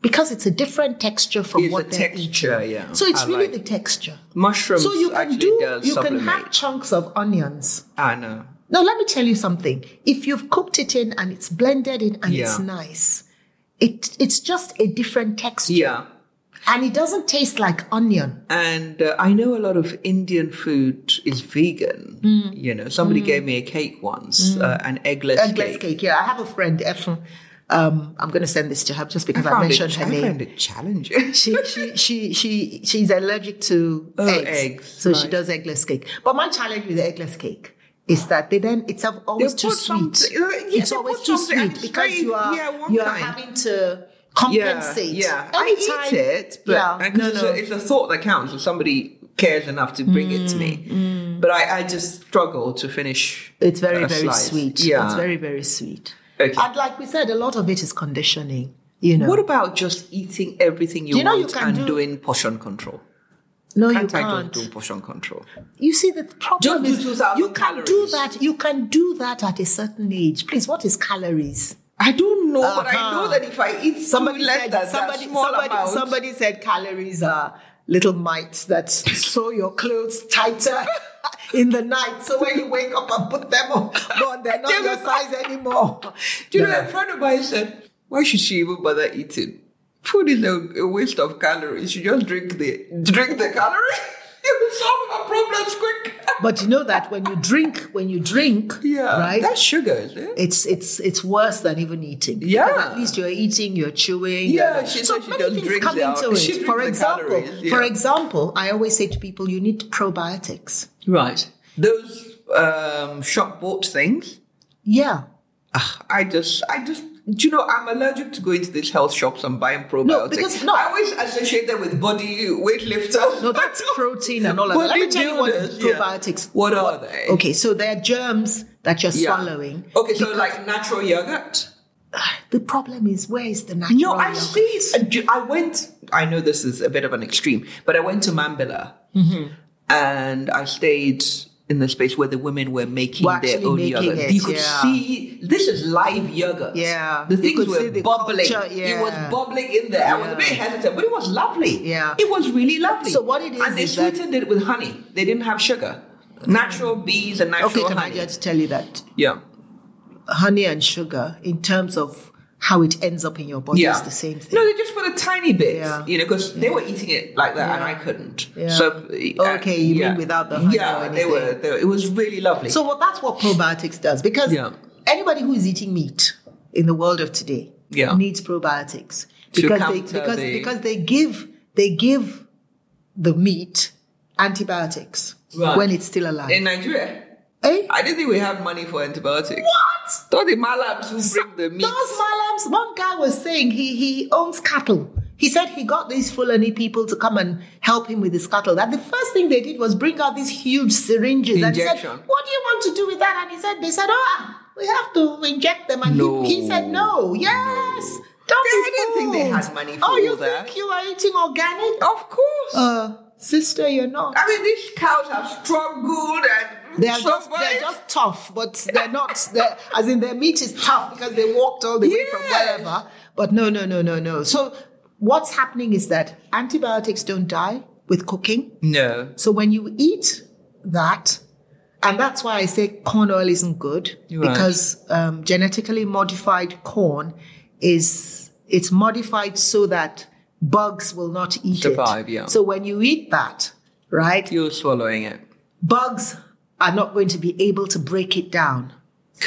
Speaker 2: because it's a different texture from
Speaker 1: It's
Speaker 2: what
Speaker 1: a
Speaker 2: they're
Speaker 1: texture,
Speaker 2: eating.
Speaker 1: yeah.
Speaker 2: So it's
Speaker 1: I
Speaker 2: really
Speaker 1: like
Speaker 2: the texture.
Speaker 1: mushrooms.
Speaker 2: So you can
Speaker 1: actually
Speaker 2: do.
Speaker 1: does
Speaker 2: You can
Speaker 1: supplement.
Speaker 2: have chunks of onions.
Speaker 1: I know.
Speaker 2: No, let me tell you something. If you've cooked it in and it's blended in and it's
Speaker 1: Yeah.
Speaker 2: nice, it it's just a different texture
Speaker 1: Yeah,
Speaker 2: and it doesn't taste like onion.
Speaker 1: and uh, I know a lot of Indian food is vegan.
Speaker 2: Mm.
Speaker 1: You know, somebody gave me a cake once, uh, an eggless,
Speaker 2: Eggless cake. Yeah, I have a friend, Efron. Um, I'm going to send this to her just because I,
Speaker 1: found it-
Speaker 2: mentioned her
Speaker 1: I
Speaker 2: name.
Speaker 1: found it challenging.
Speaker 2: She, she she she she's allergic to
Speaker 1: Oh,
Speaker 2: eggs,
Speaker 1: eggs,
Speaker 2: so she
Speaker 1: right.
Speaker 2: does eggless cake. But my challenge with the eggless cake is that they then it's al- always
Speaker 1: They
Speaker 2: too
Speaker 1: put
Speaker 2: sweet.
Speaker 1: something- uh, yeah,
Speaker 2: it's
Speaker 1: they
Speaker 2: always
Speaker 1: put
Speaker 2: too
Speaker 1: something and
Speaker 2: sweet
Speaker 1: it's
Speaker 2: because
Speaker 1: very-
Speaker 2: you are
Speaker 1: yeah, one
Speaker 2: you are
Speaker 1: kind.
Speaker 2: having to compensate.
Speaker 1: Yeah, yeah. I
Speaker 2: Anytime-
Speaker 1: eat it, but
Speaker 2: yeah,
Speaker 1: and
Speaker 2: no,
Speaker 1: it's,
Speaker 2: no.
Speaker 1: A, it's a thought that counts if somebody cares enough to bring it
Speaker 2: Mm,
Speaker 1: to me. But I, I just struggle to finish.
Speaker 2: It's very,
Speaker 1: a
Speaker 2: very
Speaker 1: slice.
Speaker 2: sweet.
Speaker 1: Yeah.
Speaker 2: It's very, very sweet.
Speaker 1: Okay.
Speaker 2: And like we said, a lot of it is conditioning. You know,
Speaker 1: what about just eating everything you,
Speaker 2: You know you
Speaker 1: want
Speaker 2: can
Speaker 1: and
Speaker 2: do-
Speaker 1: doing portion control?
Speaker 2: no, you
Speaker 1: Can't I
Speaker 2: can't.
Speaker 1: just do portion control?
Speaker 2: You see, the
Speaker 1: Just
Speaker 2: problem
Speaker 1: do
Speaker 2: is
Speaker 1: 2,000
Speaker 2: you can do
Speaker 1: calories.
Speaker 2: that. You can do that at a certain age. Please, what is calories?
Speaker 1: I don't know, but I
Speaker 2: Uh-huh.
Speaker 1: know that if I eat somebody less than that
Speaker 2: somebody,
Speaker 1: small
Speaker 2: somebody,
Speaker 1: amount,
Speaker 2: somebody said calories are little mites that sew your clothes tighter in the night. So when you wake up and put them on, on they're not your size anymore.
Speaker 1: do you know,
Speaker 2: No.
Speaker 1: a friend of mine said, "Why should she even bother eating? Food is a, a waste of calories. She just drink the drink the calories. you will solve her problems quick."
Speaker 2: But you know that when you drink, when you drink,
Speaker 1: Yeah,
Speaker 2: right?
Speaker 1: That's sugar, is it?
Speaker 2: it's it's it's worse than even eating.
Speaker 1: Yeah.
Speaker 2: Because at least you're eating, you're chewing.
Speaker 1: Yeah,
Speaker 2: you're-
Speaker 1: she
Speaker 2: so
Speaker 1: said she
Speaker 2: many
Speaker 1: don't
Speaker 2: things
Speaker 1: drink
Speaker 2: come
Speaker 1: the
Speaker 2: into
Speaker 1: al- she
Speaker 2: it.
Speaker 1: drink
Speaker 2: For
Speaker 1: the
Speaker 2: example,
Speaker 1: calories, yeah.
Speaker 2: for example, I always say to people, you need probiotics.
Speaker 1: Right. Those um, shop bought things.
Speaker 2: Yeah.
Speaker 1: Ugh, I just, I just, Do you know, I'm allergic to going to these health shops and buying probiotics.
Speaker 2: because- no.
Speaker 1: I always associate them with body weightlifters.
Speaker 2: No, that's protein and all of
Speaker 1: Well,
Speaker 2: that. Let me
Speaker 1: they
Speaker 2: tell you
Speaker 1: do
Speaker 2: what
Speaker 1: this, yeah.
Speaker 2: probiotics.
Speaker 1: What are they?
Speaker 2: Okay, so they're germs that you're
Speaker 1: Yeah.
Speaker 2: swallowing.
Speaker 1: Okay, so like natural yogurt?
Speaker 2: The problem is, where is the natural?
Speaker 1: No, I
Speaker 2: yogurt?
Speaker 1: see. it. I went. I know this is a bit of an extreme, but I went to Mambila,
Speaker 2: Mm-hmm.
Speaker 1: and I stayed in the space where the women were making
Speaker 2: Were
Speaker 1: their
Speaker 2: actually
Speaker 1: own
Speaker 2: making
Speaker 1: yogurt.
Speaker 2: it,
Speaker 1: you could
Speaker 2: yeah.
Speaker 1: see this is live yogurt.
Speaker 2: Yeah.
Speaker 1: the
Speaker 2: You
Speaker 1: things
Speaker 2: could
Speaker 1: were
Speaker 2: see the
Speaker 1: bubbling.
Speaker 2: culture,
Speaker 1: It was
Speaker 2: yeah.
Speaker 1: bubbling in there. I was a bit
Speaker 2: Yeah.
Speaker 1: hesitant, but it was lovely.
Speaker 2: Yeah.
Speaker 1: it was really lovely.
Speaker 2: So what it is
Speaker 1: and they
Speaker 2: is that-
Speaker 1: sweetened it with honey. They didn't have sugar. Natural bees and natural
Speaker 2: Okay, can I
Speaker 1: honey.
Speaker 2: just tell you that
Speaker 1: yeah.
Speaker 2: honey and sugar, in terms of how it ends up in your body, is the same thing.
Speaker 1: No, they just put a tiny bit,
Speaker 2: Yeah.
Speaker 1: you know, because they were eating it like that, and I
Speaker 2: Yeah.
Speaker 1: couldn't.
Speaker 2: Yeah. Oh,
Speaker 1: So uh,
Speaker 2: Okay, you mean without the honey
Speaker 1: Yeah,
Speaker 2: or
Speaker 1: they were, they were. It was really lovely.
Speaker 2: So well, that's what probiotics does because
Speaker 1: Yeah.
Speaker 2: anybody who is eating meat in the world of today
Speaker 1: Yeah.
Speaker 2: needs probiotics
Speaker 1: To
Speaker 2: because they
Speaker 1: counter
Speaker 2: because
Speaker 1: the-
Speaker 2: because they give they give the meat antibiotics
Speaker 1: Right.
Speaker 2: when it's still alive.
Speaker 1: in Nigeria,
Speaker 2: Eh?
Speaker 1: I didn't think we have money for antibiotics.
Speaker 2: What?
Speaker 1: Those the malams who bring the meat.
Speaker 2: Those malams, one guy was saying he he owns cattle. He said he got these Fulani people to come and help him with his cattle. That the first thing they did was bring out these huge syringes and he
Speaker 1: Injection.
Speaker 2: said, "What do you want to do with that?" And he said, "They said, oh, ah, we have to inject them." And
Speaker 1: No.
Speaker 2: he, he said, "No, yes, don't."
Speaker 1: They-
Speaker 2: be
Speaker 1: I didn't think they had
Speaker 2: fooled.
Speaker 1: money
Speaker 2: Oh,
Speaker 1: for
Speaker 2: you
Speaker 1: all that. Oh.
Speaker 2: think you are eating organic?
Speaker 1: Of course.
Speaker 2: Uh, sister, you're not.
Speaker 1: I mean, these cows have struggled and
Speaker 2: They are just,
Speaker 1: survived.
Speaker 2: they're just tough, but they're not. They're, as in, their meat is tough because they walked all the way from
Speaker 1: Yes.
Speaker 2: wherever. But no, no, no, no, no. So what's happening is that antibiotics don't die with cooking.
Speaker 1: no.
Speaker 2: So when you eat that, and that's why I say corn oil isn't good
Speaker 1: right.
Speaker 2: because um, genetically modified corn is it's modified so that bugs will not eat
Speaker 1: Survive,
Speaker 2: it.
Speaker 1: yeah.
Speaker 2: So when you eat that, right?
Speaker 1: You're swallowing it.
Speaker 2: bugs are not going to be able to break it down.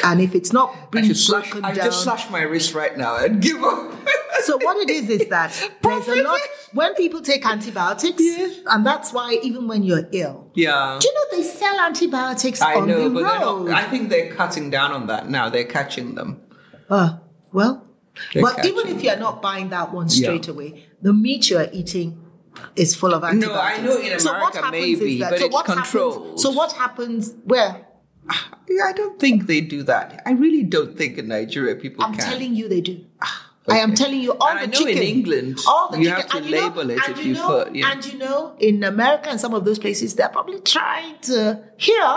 Speaker 2: And if it's not
Speaker 1: I
Speaker 2: being
Speaker 1: should slash.
Speaker 2: broken
Speaker 1: I
Speaker 2: down,
Speaker 1: just slashed my wrist right now and give up.
Speaker 2: so what it is is that there's a lot when people take antibiotics,
Speaker 1: Yes.
Speaker 2: and that's why even when you're ill,
Speaker 1: yeah.
Speaker 2: do you know they sell antibiotics
Speaker 1: I
Speaker 2: on
Speaker 1: know,
Speaker 2: the
Speaker 1: but they're
Speaker 2: road?
Speaker 1: not, I think they're cutting down on that now. They're catching them.
Speaker 2: Uh, well,
Speaker 1: They're
Speaker 2: but even
Speaker 1: catching
Speaker 2: if you're not buying that one
Speaker 1: Yeah.
Speaker 2: straight away, the meat you're eating is full of
Speaker 1: know
Speaker 2: antibiotics.
Speaker 1: in
Speaker 2: so what
Speaker 1: America
Speaker 2: happens
Speaker 1: maybe,
Speaker 2: is that,
Speaker 1: but
Speaker 2: so
Speaker 1: it's
Speaker 2: what
Speaker 1: controlled.
Speaker 2: Happens, so what happens? Well,
Speaker 1: Yeah, I don't think they do that. I really don't think in Nigeria people
Speaker 2: I'm
Speaker 1: can.
Speaker 2: telling you, they do. Ah, I am
Speaker 1: okay.
Speaker 2: telling you, all
Speaker 1: And I
Speaker 2: the
Speaker 1: know in
Speaker 2: chicken
Speaker 1: England,
Speaker 2: all the
Speaker 1: you
Speaker 2: chicken,
Speaker 1: have to
Speaker 2: and
Speaker 1: label
Speaker 2: know,
Speaker 1: it
Speaker 2: and
Speaker 1: if
Speaker 2: you
Speaker 1: you
Speaker 2: know,
Speaker 1: put- yeah.
Speaker 2: And you know, in America and some of those places, they're probably trying to. Here,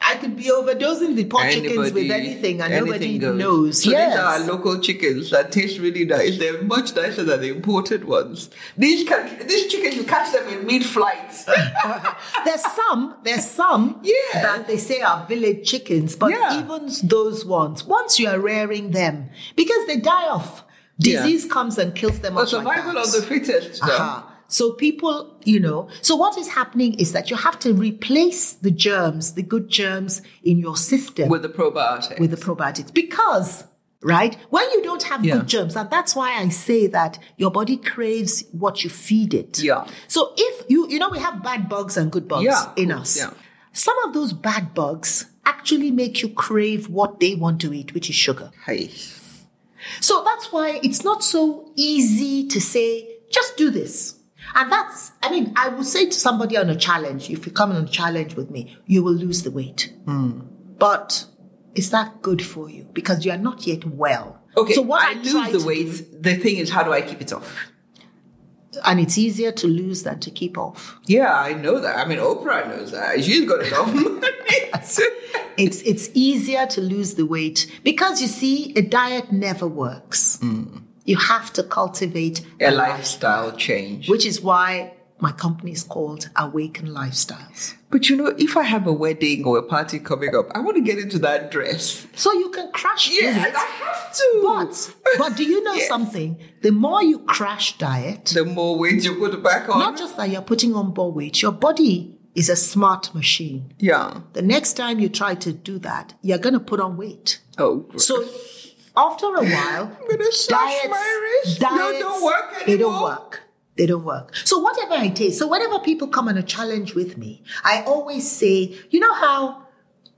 Speaker 2: I could be overdosing the pot chickens with anything, and nobody
Speaker 1: anything goes.
Speaker 2: knows.
Speaker 1: So
Speaker 2: yes.
Speaker 1: these are local chickens that taste really nice. They're much nicer than the imported ones. These country, these chickens, you catch them in mid flight.
Speaker 2: there's some, there's some
Speaker 1: Yeah.
Speaker 2: that they say are village chickens, but
Speaker 1: Yeah.
Speaker 2: even those ones, once you are rearing them, because they die off, disease comes and kills them.
Speaker 1: But
Speaker 2: off like
Speaker 1: survival
Speaker 2: that.
Speaker 1: of the fittest. though.
Speaker 2: Aha. So people, you know, so what is happening is that you have to replace the germs, the good germs in your system with,
Speaker 1: With the probiotic.
Speaker 2: the probiotics because right when you don't have
Speaker 1: Yeah.
Speaker 2: good germs and that's why i say that your body craves what you feed it
Speaker 1: Yeah.
Speaker 2: so if you you know we have bad bugs and good bugs
Speaker 1: Yeah,
Speaker 2: in
Speaker 1: of course,
Speaker 2: us
Speaker 1: yeah.
Speaker 2: some of those bad bugs actually make you crave what they want to eat which is sugar
Speaker 1: hey.
Speaker 2: so that's why it's not so easy to say, just do this. And that's, I mean, I would say to somebody on a challenge, if you come on a challenge with me, you will lose the weight.
Speaker 1: Hmm.
Speaker 2: But is that good for you? Because you are not yet well.
Speaker 1: Okay,
Speaker 2: So what
Speaker 1: I,
Speaker 2: I, try
Speaker 1: lose the
Speaker 2: to
Speaker 1: weight. The thing is, how do I keep it off?
Speaker 2: do- and it's easier to lose than to keep off.
Speaker 1: Yeah, I know that. I mean, Oprah knows that. She's got enough money.
Speaker 2: It's it's easier to lose the weight because you see, a diet never works.
Speaker 1: Hmm.
Speaker 2: You have to cultivate
Speaker 1: a lifestyle change.
Speaker 2: which is why my company is called Awaken Lifestyles.
Speaker 1: But you know, if I have a wedding or a party coming up, I want to get into that dress.
Speaker 2: So you can crash
Speaker 1: Yes,
Speaker 2: diet,
Speaker 1: I have to.
Speaker 2: but but do you know
Speaker 1: Yes.
Speaker 2: something? The more you crash diet,
Speaker 1: the more weight you put back on,
Speaker 2: not just that you're putting on more weight, your body is a smart machine.
Speaker 1: yeah.
Speaker 2: The next time you try to do that, you're going to put on weight.
Speaker 1: Oh,
Speaker 2: So after a while,
Speaker 1: I'm gonna slash
Speaker 2: diets,
Speaker 1: my wrist.
Speaker 2: diets
Speaker 1: no, don't work anymore.
Speaker 2: They don't work. They don't work. So whatever I take, so whenever people come on a challenge with me, I always say, you know how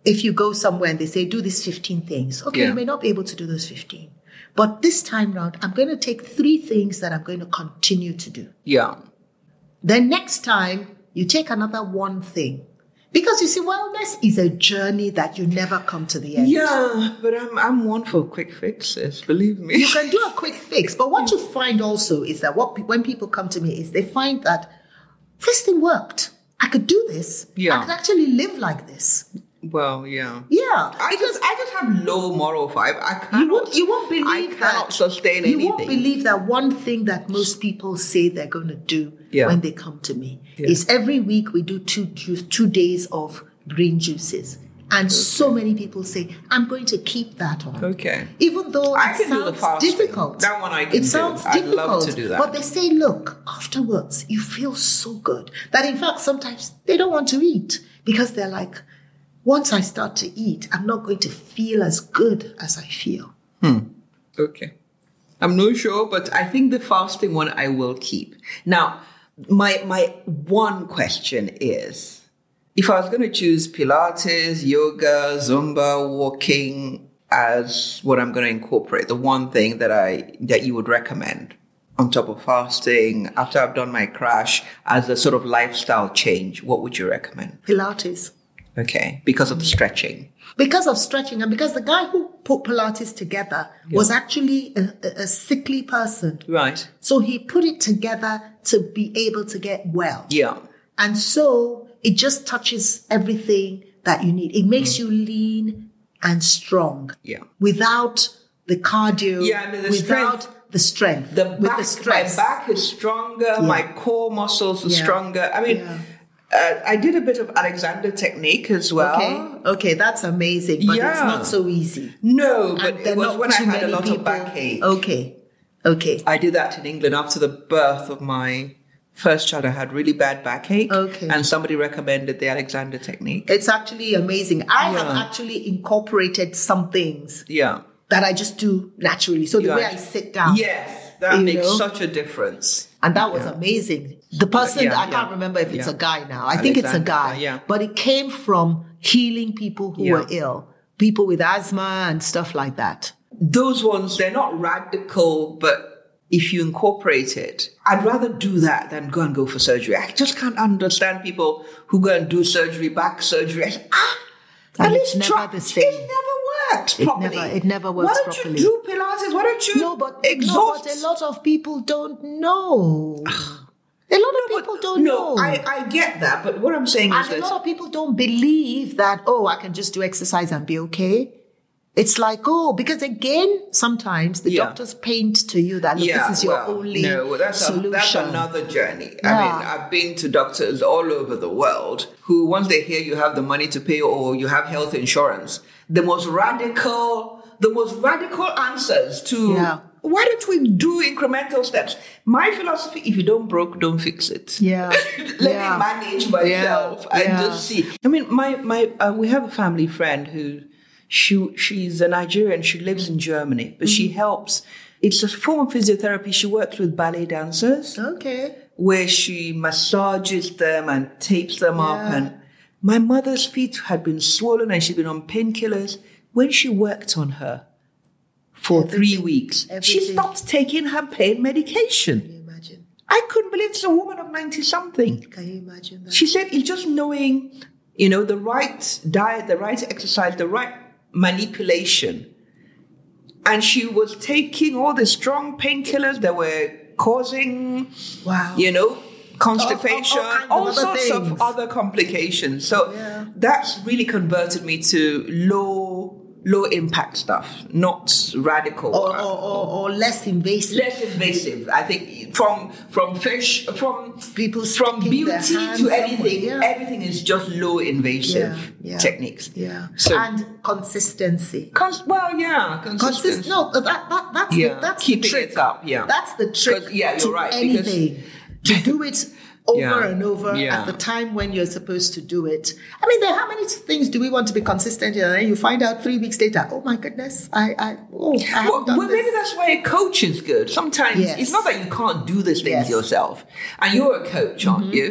Speaker 2: if you go somewhere and they say do these 15 things, okay,
Speaker 1: Yeah.
Speaker 2: you may not be able to do those 15. But this time round, I'm going to take three things that I'm going to continue to do.
Speaker 1: Yeah.
Speaker 2: Then next time, you take another one thing. Because you see, wellness is a journey that you never come to the end.
Speaker 1: Yeah, but I'm I'm one for quick fixes. Believe me.
Speaker 2: You can do a quick fix, but what you find also is that what pe- when people come to me is they find that this thing worked. I could do this.
Speaker 1: Yeah.
Speaker 2: I could actually live like this.
Speaker 1: Well, yeah.
Speaker 2: Yeah.
Speaker 1: I just I just have low moral fiber. I cannot.
Speaker 2: You won't, you won't believe
Speaker 1: I cannot
Speaker 2: that.
Speaker 1: sustain
Speaker 2: you
Speaker 1: anything.
Speaker 2: won't believe that one thing that most people say they're going to do
Speaker 1: Yeah.
Speaker 2: when they come to me
Speaker 1: Yeah.
Speaker 2: is every week we do two juice, two days of green juices, and so many people say I'm going to keep that on.
Speaker 1: Okay.
Speaker 2: Even though
Speaker 1: I
Speaker 2: it
Speaker 1: can do the
Speaker 2: sounds
Speaker 1: fasting.
Speaker 2: difficult,
Speaker 1: That one I can
Speaker 2: It
Speaker 1: do.
Speaker 2: sounds
Speaker 1: I'd
Speaker 2: difficult,
Speaker 1: love to do that.
Speaker 2: But they say, look, afterwards you feel so good that in fact sometimes they don't want to eat because they're like, once I start to eat, I'm not going to feel as good as I feel.
Speaker 1: Okay. I'm not sure, but I think the fasting one I will keep. Now, my my one question is if I was going to choose Pilates, yoga, Zumba, walking as what I'm going to incorporate, the one thing that I that you would recommend on top of fasting after I've done my crash as a sort of lifestyle change, what would you recommend?
Speaker 2: Pilates.
Speaker 1: Okay, because of the stretching.
Speaker 2: because of stretching and because the guy who put Pilates together was actually a, a- a sickly person.
Speaker 1: Right.
Speaker 2: So he put it together to be able to get well.
Speaker 1: Yeah.
Speaker 2: And so it just touches everything that you need. It makes you lean and strong.
Speaker 1: Mm. Yeah.
Speaker 2: Without the cardio,
Speaker 1: Yeah, and the
Speaker 2: without
Speaker 1: strength.
Speaker 2: the strength,
Speaker 1: the
Speaker 2: with
Speaker 1: back,
Speaker 2: the stress.
Speaker 1: my back is stronger, my core muscles are
Speaker 2: Yeah.
Speaker 1: stronger. I mean,
Speaker 2: Yeah.
Speaker 1: uh, I did a bit of Alexander technique as well.
Speaker 2: Okay, okay, that's amazing, but it's
Speaker 1: Yeah.
Speaker 2: not so easy.
Speaker 1: No,
Speaker 2: And
Speaker 1: but
Speaker 2: there
Speaker 1: it
Speaker 2: are
Speaker 1: was
Speaker 2: not
Speaker 1: when I
Speaker 2: too
Speaker 1: had a
Speaker 2: many
Speaker 1: lot
Speaker 2: people- Oh.
Speaker 1: of backache.
Speaker 2: Okay, okay.
Speaker 1: I did that in England after the birth of my first child. I had really bad backache,
Speaker 2: Okay.
Speaker 1: and somebody recommended the Alexander technique.
Speaker 2: It's actually amazing. I have
Speaker 1: Yeah.
Speaker 2: actually incorporated some things
Speaker 1: Yeah.
Speaker 2: that I just do naturally. So the
Speaker 1: You
Speaker 2: way
Speaker 1: act-
Speaker 2: I sit down.
Speaker 1: Yes, that
Speaker 2: You
Speaker 1: makes
Speaker 2: know?
Speaker 1: such a difference.
Speaker 2: And that was amazing. The person,
Speaker 1: Yeah,
Speaker 2: I can't
Speaker 1: yeah.
Speaker 2: remember if it's
Speaker 1: Yeah.
Speaker 2: a guy now. I think it's a
Speaker 1: Alexander,
Speaker 2: guy.
Speaker 1: yeah.
Speaker 2: But it came from healing people who
Speaker 1: Yeah.
Speaker 2: were ill, people with asthma and stuff like that.
Speaker 1: those ones they're not radical but if you incorporate it i'd rather do that than go and go for surgery i just can't understand people who go and do surgery back surgery I say, ah,
Speaker 2: And
Speaker 1: at
Speaker 2: it's
Speaker 1: least
Speaker 2: never
Speaker 1: try-
Speaker 2: the same.
Speaker 1: it never works properly
Speaker 2: never- it never works
Speaker 1: why don't
Speaker 2: properly.
Speaker 1: you do pilates why don't you
Speaker 2: No, but, no,
Speaker 1: exhaust
Speaker 2: but a lot of people don't know. a lot of people don't
Speaker 1: no
Speaker 2: know.
Speaker 1: I, I get that but what i'm saying is
Speaker 2: And a
Speaker 1: this
Speaker 2: lot of people don't believe that, oh, I can just do exercise and be okay. It's like, oh, because again, sometimes the
Speaker 1: Yeah.
Speaker 2: doctors paint to you that, look,
Speaker 1: yeah,
Speaker 2: this is your
Speaker 1: well,
Speaker 2: only
Speaker 1: no, well, that's
Speaker 2: solution.
Speaker 1: A, that's another journey. I mean,
Speaker 2: Yeah.
Speaker 1: I've been to doctors all over the world who, once they hear you have the money to pay or you have health insurance, the most radical, the most radical answers to
Speaker 2: Yeah.
Speaker 1: why don't we do incremental steps? My philosophy: if you don't broke, don't fix it.
Speaker 2: Yeah.
Speaker 1: Let
Speaker 2: Yeah.
Speaker 1: me manage myself and
Speaker 2: Yeah.
Speaker 1: just see. I mean, my my uh, we have a family friend who she she's a Nigerian. She lives in Germany, but
Speaker 2: Mm-hmm.
Speaker 1: she helps. It's a form of physiotherapy. She works with ballet dancers,
Speaker 2: Okay.
Speaker 1: where she massages them and tapes them up.
Speaker 2: Yeah.
Speaker 1: And my mother's feet had been swollen, and she'd been on painkillers. When she worked on her for three weeks, she
Speaker 2: everything.
Speaker 1: stopped taking her pain medication.
Speaker 2: Can you imagine?
Speaker 1: I couldn't believe it's a woman of ninety something.
Speaker 2: Can you imagine that?
Speaker 1: She said it's just knowing, you know, the right diet, the right exercise, the right manipulation. And she was taking all the strong painkillers that were causing,
Speaker 2: Wow.
Speaker 1: you know, constipation,
Speaker 2: All- all- all kinds of
Speaker 1: all,
Speaker 2: other
Speaker 1: sorts
Speaker 2: things.
Speaker 1: of other complications. So
Speaker 2: Yeah.
Speaker 1: that's really converted me to low, low impact stuff, not radical.
Speaker 2: Or, or, or, or less invasive.
Speaker 1: less invasive. I think from from fish from
Speaker 2: People
Speaker 1: from
Speaker 2: sticking their
Speaker 1: beauty
Speaker 2: hands
Speaker 1: to anything,
Speaker 2: somewhere, yeah.
Speaker 1: everything is just low invasive
Speaker 2: Yeah, yeah.
Speaker 1: techniques.
Speaker 2: yeah.
Speaker 1: So-
Speaker 2: and consistency.
Speaker 1: Cons- well, yeah, consistent.
Speaker 2: Consist- no, that, that, that's,
Speaker 1: yeah,
Speaker 2: the, that's the
Speaker 1: keeping
Speaker 2: trick.
Speaker 1: it up. Yeah,
Speaker 2: That's the trick.
Speaker 1: yeah, you're
Speaker 2: to
Speaker 1: right, because-
Speaker 2: Anything to do it over
Speaker 1: Yeah.
Speaker 2: and over
Speaker 1: Yeah.
Speaker 2: at the time when you're supposed to do it. I mean, there, how many things do we want to be consistent in? And then you find out three weeks later, oh my goodness, I, I, oh, I haven't
Speaker 1: Well,
Speaker 2: done
Speaker 1: well, maybe
Speaker 2: this.
Speaker 1: that's where coaching's good. Sometimes
Speaker 2: Yes.
Speaker 1: it's not that you can't do these things
Speaker 2: Yes. Mm-hmm,
Speaker 1: yourself, and you're a coach, aren't you?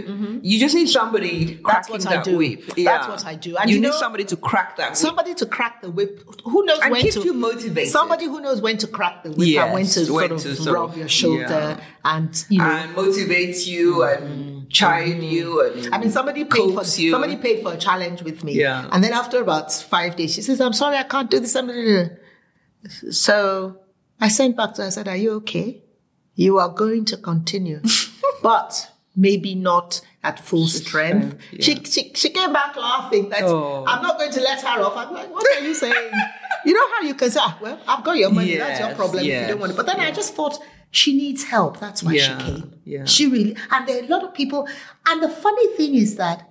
Speaker 1: You just need somebody
Speaker 2: That's
Speaker 1: cracking
Speaker 2: what I
Speaker 1: that
Speaker 2: do.
Speaker 1: whip.
Speaker 2: That's what I do. And
Speaker 1: you,
Speaker 2: you
Speaker 1: need
Speaker 2: know-
Speaker 1: somebody to crack that whip
Speaker 2: Somebody to crack the whip. Who knows
Speaker 1: and
Speaker 2: when
Speaker 1: keep
Speaker 2: to
Speaker 1: you motivated.
Speaker 2: Somebody who knows when to crack the whip and when
Speaker 1: Yes,
Speaker 2: to
Speaker 1: when
Speaker 2: sort of
Speaker 1: to sort
Speaker 2: rub
Speaker 1: of-
Speaker 2: your shoulder
Speaker 1: yeah.
Speaker 2: and you know.
Speaker 1: and motivates you and chide you and
Speaker 2: Mm-hmm. I mean, somebody paid for
Speaker 1: coax you.
Speaker 2: somebody paid for a challenge with me,
Speaker 1: Yeah.
Speaker 2: and then after about five days, she says, "I'm sorry, I can't do this." I'm- So I sent back to her. I said, "Are you okay? You are going to continue, but maybe not at full strength." She, she she came back laughing that
Speaker 1: Oh.
Speaker 2: I'm not going to let her off. I'm like, "What are you saying?" you know how you can say, ah, "Well, I've got your money. that's your
Speaker 1: Yes,
Speaker 2: problem if you
Speaker 1: yes,
Speaker 2: don't want it." But then I just thought she needs help. That's why
Speaker 1: Yeah,
Speaker 2: she came.
Speaker 1: yeah.
Speaker 2: She really, and there are a lot of people. And the funny thing is that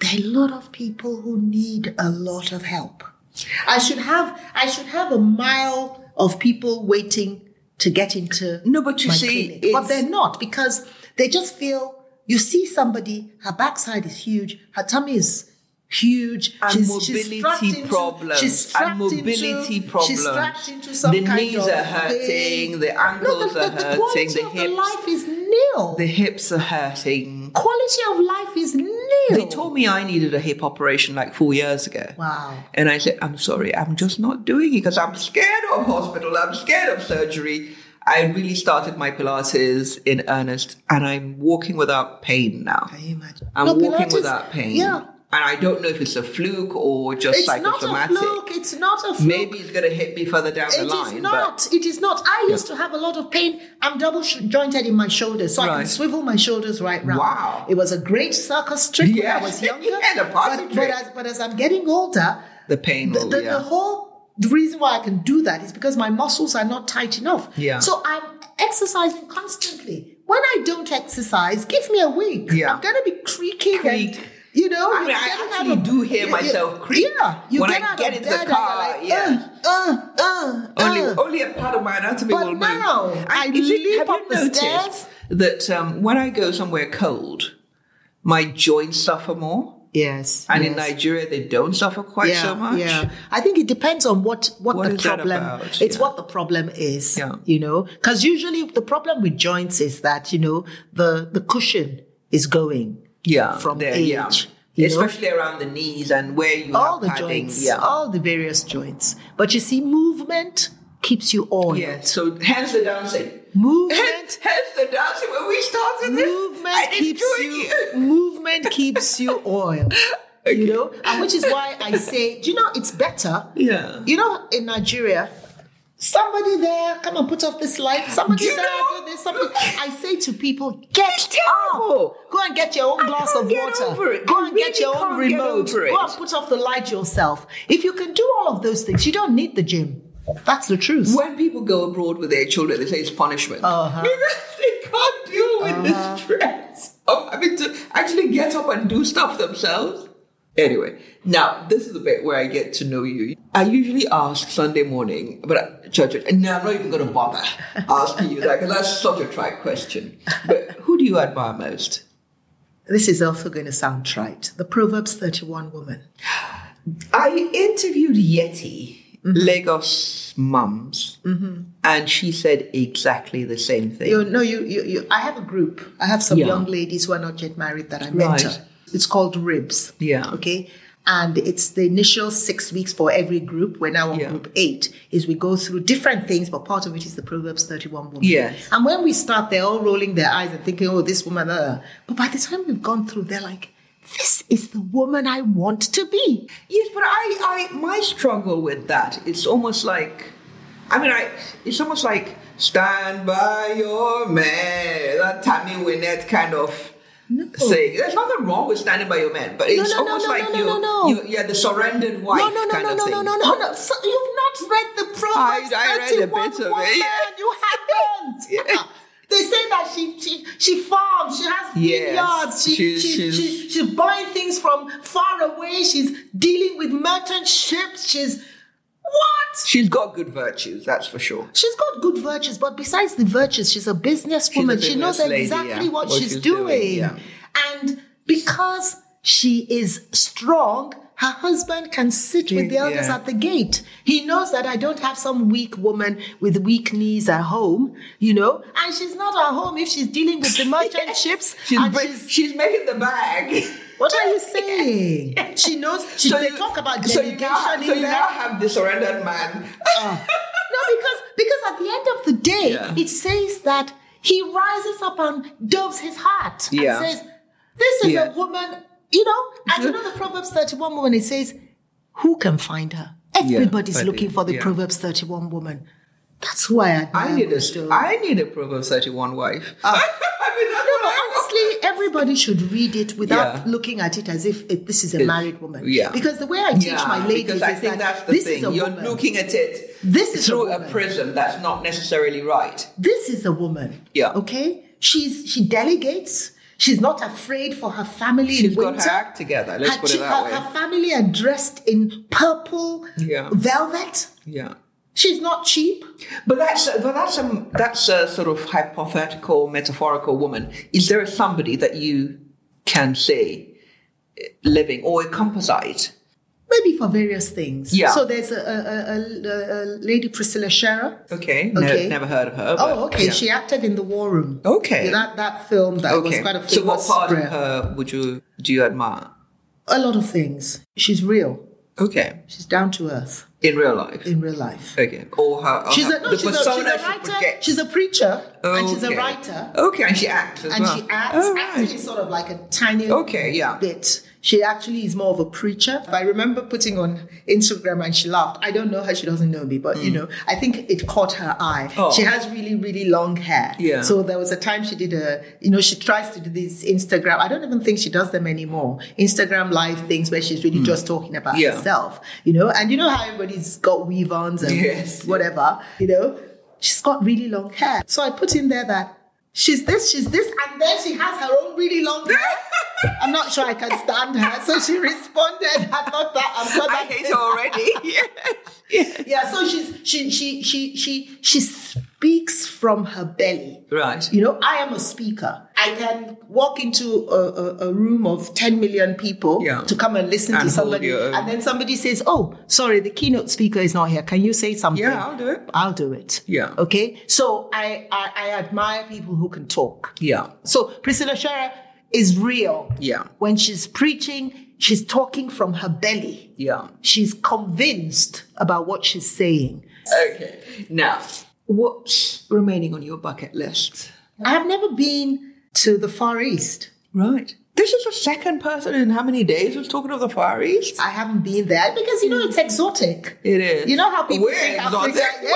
Speaker 2: there are a lot of people who need a lot of help. I should have, I should have a mile of people waiting to get into
Speaker 1: No, but you
Speaker 2: my
Speaker 1: see,
Speaker 2: clinic. but
Speaker 1: it's-
Speaker 2: they're not because they just feel. You see somebody, her backside is huge, her tummy is huge,
Speaker 1: And
Speaker 2: strapped
Speaker 1: mobility problems.
Speaker 2: She's strapped
Speaker 1: and mobility
Speaker 2: into,
Speaker 1: problems.
Speaker 2: She's strapped into some
Speaker 1: the
Speaker 2: kind
Speaker 1: knees
Speaker 2: of
Speaker 1: are hurting,
Speaker 2: thing.
Speaker 1: the
Speaker 2: No,
Speaker 1: ankles
Speaker 2: the,
Speaker 1: are
Speaker 2: the, the
Speaker 1: hurting,
Speaker 2: quality
Speaker 1: the
Speaker 2: of the
Speaker 1: hips
Speaker 2: life is nil.
Speaker 1: the hips are hurting.
Speaker 2: quality of life is nil.
Speaker 1: They told me I needed a hip operation like four years ago.
Speaker 2: Wow.
Speaker 1: And I said, I'm sorry, I'm just not doing it because I'm scared of hospital, I'm scared of surgery. I really started my Pilates in earnest and I'm walking without pain now.
Speaker 2: Can you imagine?
Speaker 1: I'm
Speaker 2: No,
Speaker 1: walking
Speaker 2: Pilates-
Speaker 1: without pain.
Speaker 2: Yeah.
Speaker 1: And I don't know if it's a fluke or just
Speaker 2: It's not a
Speaker 1: psychosomatic.
Speaker 2: fluke. It's not a fluke.
Speaker 1: Maybe it's going to hit me further down
Speaker 2: It
Speaker 1: the
Speaker 2: is
Speaker 1: line.
Speaker 2: not. It is not. I used to have a lot of pain. I'm double sh- jointed in my shoulders, so I can
Speaker 1: Right.
Speaker 2: swivel my shoulders right round.
Speaker 1: Wow.
Speaker 2: It was a great circus trick when I
Speaker 1: Yes.
Speaker 2: was younger.
Speaker 1: Yeah, the party
Speaker 2: but, but,
Speaker 1: trick.
Speaker 2: as, but as I'm getting older,
Speaker 1: But the pain
Speaker 2: the,
Speaker 1: will,
Speaker 2: the,
Speaker 1: Oh, yeah.
Speaker 2: the whole the reason why I can do that is because my muscles are not tight enough.
Speaker 1: Yeah.
Speaker 2: So I'm exercising constantly. When I don't exercise, give me a week.
Speaker 1: Yeah.
Speaker 2: I'm gonna be creaking.
Speaker 1: Creak.
Speaker 2: And, you know,
Speaker 1: I
Speaker 2: you're
Speaker 1: mean, I
Speaker 2: getting out
Speaker 1: actually
Speaker 2: of-
Speaker 1: do hear
Speaker 2: you- you-
Speaker 1: myself creak
Speaker 2: Yeah, you
Speaker 1: when
Speaker 2: get
Speaker 1: I
Speaker 2: out
Speaker 1: get
Speaker 2: of
Speaker 1: in the
Speaker 2: bed and you're
Speaker 1: car,
Speaker 2: like,
Speaker 1: yeah.
Speaker 2: Uh, uh, uh,
Speaker 1: only,
Speaker 2: uh.
Speaker 1: only a part of my anatomy
Speaker 2: But
Speaker 1: will move.
Speaker 2: now, I
Speaker 1: is it-
Speaker 2: leap
Speaker 1: have you
Speaker 2: up the
Speaker 1: noticed
Speaker 2: stairs.
Speaker 1: that um, when I go somewhere cold, my joints suffer more?
Speaker 2: Yes.
Speaker 1: And in
Speaker 2: yes.
Speaker 1: Nigeria, they don't suffer quite so much.
Speaker 2: Yeah. I think it depends on what what,
Speaker 1: What
Speaker 2: the
Speaker 1: is that
Speaker 2: problem.
Speaker 1: about?
Speaker 2: It's
Speaker 1: Yeah.
Speaker 2: what the problem is.
Speaker 1: Yeah.
Speaker 2: You know, because usually the problem with joints is that you know the the cushion is going.
Speaker 1: Yeah,
Speaker 2: From
Speaker 1: there,
Speaker 2: age,
Speaker 1: yeah.
Speaker 2: you know?
Speaker 1: especially around the knees and where you
Speaker 2: All
Speaker 1: have
Speaker 2: the
Speaker 1: padding.
Speaker 2: joints,
Speaker 1: Yeah.
Speaker 2: all the various joints. But you see, movement keeps you oiled.
Speaker 1: yeah. So hence the dancing.
Speaker 2: Movement
Speaker 1: Hence, hence the dancing when we started this. I
Speaker 2: movement
Speaker 1: didn't
Speaker 2: keeps
Speaker 1: join
Speaker 2: you, movement keeps you oil you know and which is why i say do you know it's better
Speaker 1: Yeah.
Speaker 2: you know in nigeria somebody there come and put off this light somebody
Speaker 1: Do you
Speaker 2: there
Speaker 1: know?
Speaker 2: do this somebody i say to people get
Speaker 1: terrible.
Speaker 2: up go and get your own glass
Speaker 1: can't
Speaker 2: of
Speaker 1: get
Speaker 2: water
Speaker 1: over it.
Speaker 2: go
Speaker 1: I
Speaker 2: and get
Speaker 1: really
Speaker 2: your own
Speaker 1: can't get
Speaker 2: remote
Speaker 1: over it.
Speaker 2: go and put off the light yourself if you can do all of those things you don't need the gym that's the truth
Speaker 1: When people go abroad with their children, they say it's punishment
Speaker 2: Uh-huh.
Speaker 1: because they can't deal with the stress of having to actually get up and do stuff themselves. Anyway, now this is the bit where I get to know you. I usually ask Sunday morning, but I- church. No, I'm not even going to bother asking you that because that's such a trite question. But who do you admire most?
Speaker 2: this is also going to sound trite the proverbs 31 woman
Speaker 1: I interviewed Yeti, Lagos mums, and she said exactly the same thing.
Speaker 2: You no, you, you, you. I have a group. I have some
Speaker 1: Yeah.
Speaker 2: young ladies who are not yet married that I mentor.
Speaker 1: Right.
Speaker 2: It's called Ribs.
Speaker 1: Yeah.
Speaker 2: Okay. And it's the initial six weeks for every group. We're now on
Speaker 1: Yeah.
Speaker 2: group eight. Is we go through different things, but part of it is the Proverbs thirty-one woman.
Speaker 1: Yes.
Speaker 2: And when we start, they're all rolling their eyes and thinking, "Oh, this woman." Uh. But by the time we've gone through, they're like, "This is the woman I want to be."
Speaker 1: Yes, but I, I, my struggle with that. It's almost like, I mean, I, it's almost like stand by your man. That Tammy Wynette kind of saying. There's nothing wrong with standing by your man, but it's
Speaker 2: no, no,
Speaker 1: almost
Speaker 2: no,
Speaker 1: like
Speaker 2: no, no,
Speaker 1: you,
Speaker 2: no, no.
Speaker 1: you, yeah, the surrendered wife.
Speaker 2: No, no, no,
Speaker 1: kind
Speaker 2: no,
Speaker 1: of
Speaker 2: no,
Speaker 1: thing.
Speaker 2: no, no, no, no. So you've not read the Proverbs
Speaker 1: I read a
Speaker 2: 31
Speaker 1: bit of it,
Speaker 2: woman.
Speaker 1: yeah.
Speaker 2: You haven't. Uh-uh.
Speaker 1: Yeah.
Speaker 2: They say that she she, she farms, she has
Speaker 1: Yes,
Speaker 2: vineyards, she,
Speaker 1: she's-
Speaker 2: she,
Speaker 1: she's-
Speaker 2: she, she's buying things from far away, she's dealing with merchant ships, she's What?
Speaker 1: She's got good virtues, that's for sure.
Speaker 2: She's got good virtues, but besides the virtues, she's a businesswoman.
Speaker 1: She's a
Speaker 2: she knows
Speaker 1: business lady,
Speaker 2: exactly
Speaker 1: yeah,
Speaker 2: what, she's, doing.
Speaker 1: doing, yeah.
Speaker 2: And because she is strong, her husband can sit with the elders
Speaker 1: yeah.
Speaker 2: at the gate. He knows that I don't have some weak woman with weak knees at home, you know, and she's not at home if she's dealing with the merchant ships.
Speaker 1: She's,
Speaker 2: and
Speaker 1: bra-
Speaker 2: she's-
Speaker 1: she's, making the bag.
Speaker 2: what are you saying? She knows. She, they talk about
Speaker 1: so
Speaker 2: delegation
Speaker 1: you now,
Speaker 2: in
Speaker 1: so you
Speaker 2: there.
Speaker 1: now have the surrendered man.
Speaker 2: No, because because at the end of the day,
Speaker 1: Yeah.
Speaker 2: it says that he rises up and doves his heart
Speaker 1: Yeah.
Speaker 2: and says, "This is
Speaker 1: Yeah.
Speaker 2: a woman." You know, and you know the Proverbs thirty-one woman. It says, "Who can find her?" Everybody's
Speaker 1: but-
Speaker 2: looking for the
Speaker 1: yeah.
Speaker 2: Proverbs thirty-one woman. That's why I.
Speaker 1: I need a
Speaker 2: story.
Speaker 1: I need a Proverbs 31 wife. I mean, that's
Speaker 2: Ah. No,
Speaker 1: what I
Speaker 2: but
Speaker 1: want.
Speaker 2: honestly, everybody should read it without
Speaker 1: Yeah.
Speaker 2: looking at it as if it, this is a married woman.
Speaker 1: yeah.
Speaker 2: Because the way I teach
Speaker 1: Yeah,
Speaker 2: my ladies
Speaker 1: because
Speaker 2: is
Speaker 1: I think
Speaker 2: that
Speaker 1: that's the
Speaker 2: this
Speaker 1: thing.
Speaker 2: is a
Speaker 1: You're
Speaker 2: woman.
Speaker 1: looking at it
Speaker 2: This is a
Speaker 1: through a,
Speaker 2: woman.
Speaker 1: prism that's not necessarily right.
Speaker 2: this is a woman.
Speaker 1: Yeah.
Speaker 2: Okay. She's she delegates. She's not afraid for her family
Speaker 1: She's
Speaker 2: in
Speaker 1: got
Speaker 2: winter.
Speaker 1: her act together. Let's
Speaker 2: Her
Speaker 1: put it
Speaker 2: chi-
Speaker 1: that
Speaker 2: her-
Speaker 1: way.
Speaker 2: her family are dressed in purple
Speaker 1: Yeah.
Speaker 2: velvet.
Speaker 1: yeah.
Speaker 2: She's not cheap.
Speaker 1: But that's but that's a that's a sort of hypothetical, metaphorical woman. Is there somebody that you can say eh, living or a composite?
Speaker 2: Maybe for various things.
Speaker 1: Yeah.
Speaker 2: So there's a, a, a, a, a lady Priscilla Scherer.
Speaker 1: Okay, no-
Speaker 2: Okay.
Speaker 1: never heard of her. but-
Speaker 2: Oh, okay.
Speaker 1: yeah.
Speaker 2: She acted in the War Room.
Speaker 1: Okay.
Speaker 2: Yeah, that that film that was
Speaker 1: okay.
Speaker 2: quite a famous.
Speaker 1: so, what part of
Speaker 2: spread.
Speaker 1: her would you do you admire?
Speaker 2: A lot of things. She's real.
Speaker 1: Okay,
Speaker 2: She's down to earth
Speaker 1: in real life.
Speaker 2: in real life.
Speaker 1: Okay, or her. or
Speaker 2: She's
Speaker 1: her-
Speaker 2: a, no,
Speaker 1: the
Speaker 2: she's, a, she's a
Speaker 1: persona she
Speaker 2: writer.
Speaker 1: projects.
Speaker 2: She's a preacher, and she's a
Speaker 1: Okay.
Speaker 2: writer,
Speaker 1: Okay, and she acts as
Speaker 2: and
Speaker 1: well.
Speaker 2: she acts.
Speaker 1: Oh,
Speaker 2: Acting
Speaker 1: right.
Speaker 2: is sort of like a tiny
Speaker 1: Okay, yeah.
Speaker 2: bit. She actually is more of a preacher. I remember putting on Instagram, and she laughed. I don't know her; she doesn't know me, but you know, I think it caught her eye.
Speaker 1: Hmm. Oh.
Speaker 2: She has really, really long hair.
Speaker 1: Yeah.
Speaker 2: So there was a time she did a, you know, she tries to do these Instagram. I don't even think she does them anymore. Instagram live things where she's really just talking about
Speaker 1: Hmm. Yeah.
Speaker 2: herself, you know. And you know how everybody's got weave-ons and
Speaker 1: Yes.
Speaker 2: whatever, you know. She's got really long hair. So I put in there that she's this, she's this, and then she has her own really long hair. I'm not sure I can stand her. So she responded, I thought that I'm so
Speaker 1: I
Speaker 2: that
Speaker 1: hate her already. yeah.
Speaker 2: Yeah, so she's she she she she she speaks from her belly.
Speaker 1: Right.
Speaker 2: You know, I am a speaker. I can walk into a, a, a room of 10 million people
Speaker 1: Yeah.
Speaker 2: to come and listen
Speaker 1: And hold
Speaker 2: to somebody.
Speaker 1: your own.
Speaker 2: And then somebody says, Oh, sorry, the keynote speaker is not here. Can you say something?
Speaker 1: Yeah, I'll do it.
Speaker 2: I'll do it.
Speaker 1: Yeah.
Speaker 2: Okay. So I, I, I admire people who can talk.
Speaker 1: Yeah.
Speaker 2: So Priscilla Scherer is real.
Speaker 1: Yeah.
Speaker 2: When she's preaching, she's talking from her belly.
Speaker 1: Yeah.
Speaker 2: She's convinced about what she's saying.
Speaker 1: Okay. Now, what's remaining on your bucket list?
Speaker 2: I have never been to the Far East.
Speaker 1: Right. This is the second person in how many days who's talking of the Far East?
Speaker 2: I haven't been there because you know it's exotic.
Speaker 1: It is.
Speaker 2: You know how people
Speaker 1: We're
Speaker 2: think
Speaker 1: exotic.
Speaker 2: Africa- Yes.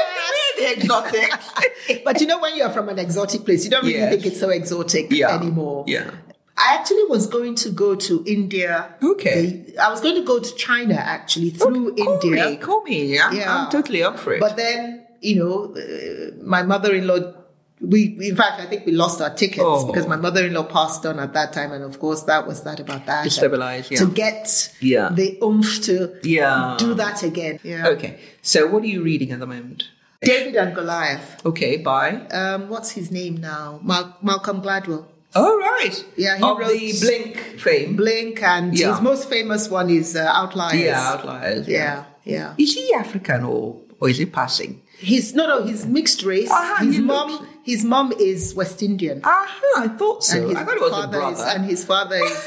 Speaker 1: We're the exotic.
Speaker 2: But you know when you're from an exotic place, you don't really
Speaker 1: Yes.
Speaker 2: think it's so exotic
Speaker 1: yeah.
Speaker 2: anymore.
Speaker 1: Yeah.
Speaker 2: I actually was going to go to India.
Speaker 1: Okay.
Speaker 2: The- I was going to go to China actually through
Speaker 1: Call
Speaker 2: India.
Speaker 1: me. Call me. Yeah.
Speaker 2: Yeah.
Speaker 1: I'm totally up for it.
Speaker 2: But then, you know, uh, my mother-in-law. We, in fact, I think we lost our tickets
Speaker 1: Oh.
Speaker 2: because my mother-in-law passed on at that time, and of course, that was that about that.
Speaker 1: Destabilised, yeah.
Speaker 2: To get
Speaker 1: Yeah.
Speaker 2: the oomph to
Speaker 1: Yeah.
Speaker 2: do that again. Yeah.
Speaker 1: okay. So, what are you reading at the moment?
Speaker 2: David and Goliath.
Speaker 1: Okay. Bye.
Speaker 2: Um, what's his name now? Mal- Malcolm Gladwell.
Speaker 1: Oh, right.
Speaker 2: Yeah, he
Speaker 1: Of
Speaker 2: wrote-
Speaker 1: the Blink fame.
Speaker 2: Blink, and
Speaker 1: Yeah.
Speaker 2: his most famous one is uh, Outliers.
Speaker 1: Yeah. Outliers.
Speaker 2: Yeah. Yeah.
Speaker 1: Is he African or or is he passing?
Speaker 2: He's no, no. He's mixed race.
Speaker 1: Ah,
Speaker 2: his
Speaker 1: he
Speaker 2: mom,
Speaker 1: looks-
Speaker 2: his mom is West Indian.
Speaker 1: Aha, I thought so.
Speaker 2: and his
Speaker 1: I thought it was a
Speaker 2: father
Speaker 1: brother.
Speaker 2: is, and his father is.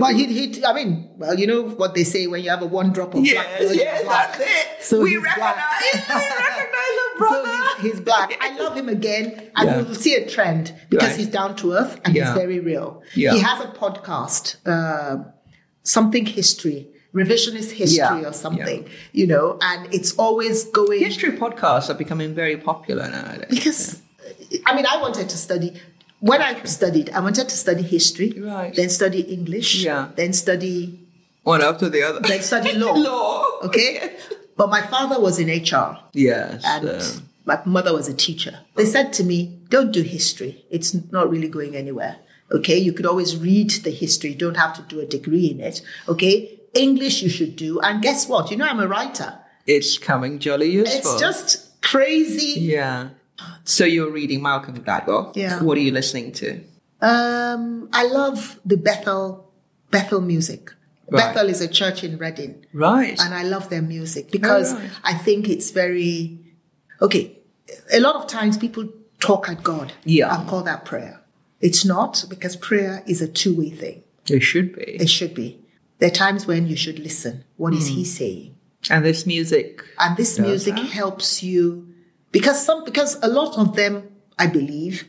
Speaker 2: but he, he, I mean, well, you know what they say when you have a one drop of black.
Speaker 1: yes,
Speaker 2: blood, you're
Speaker 1: yes,
Speaker 2: black.
Speaker 1: that's it.
Speaker 2: So
Speaker 1: we
Speaker 2: he's
Speaker 1: recognize, we recognize a
Speaker 2: So
Speaker 1: brother.
Speaker 2: he's, he's black. I love him again, and
Speaker 1: Yeah.
Speaker 2: we'll see a trend because
Speaker 1: Right.
Speaker 2: he's down to earth and
Speaker 1: Yeah.
Speaker 2: he's very real.
Speaker 1: Yeah.
Speaker 2: He has a podcast, uh, something history, revisionist history
Speaker 1: Yeah.
Speaker 2: or something, you know, and it's always going
Speaker 1: History podcasts are becoming very popular nowadays.
Speaker 2: because I mean, I wanted to study. When I studied, I wanted to study history,
Speaker 1: Right.
Speaker 2: then study English,
Speaker 1: Yeah.
Speaker 2: then study
Speaker 1: One after the other.
Speaker 2: then study law.
Speaker 1: Law.
Speaker 2: Okay? But my father was in HR
Speaker 1: Yes.
Speaker 2: and
Speaker 1: uh,
Speaker 2: my mother was a teacher. They said to me, don't do history. It's not really going anywhere. Okay? You could always read the history. You don't have to do a degree in it. Okay? English you should do. And guess what? You know, I'm a writer.
Speaker 1: It's coming jolly useful.
Speaker 2: It's just crazy.
Speaker 1: yeah. So you're reading Malcolm Gladwell.
Speaker 2: Yeah.
Speaker 1: What are you listening to?
Speaker 2: Um, I love the Bethel Bethel music.
Speaker 1: Right.
Speaker 2: Bethel is a church in Reading,
Speaker 1: Right.
Speaker 2: and I love their music
Speaker 1: Oh,
Speaker 2: because
Speaker 1: Alright.
Speaker 2: I think it's very okay. A lot of times people talk at God
Speaker 1: Yeah.
Speaker 2: and call that prayer. It's not because prayer is a two way thing.
Speaker 1: It should be.
Speaker 2: It should be. There are times when you should listen. What is He saying?
Speaker 1: And this music.
Speaker 2: and this music
Speaker 1: Hmm. that.
Speaker 2: helps you because some because a lot of them i believe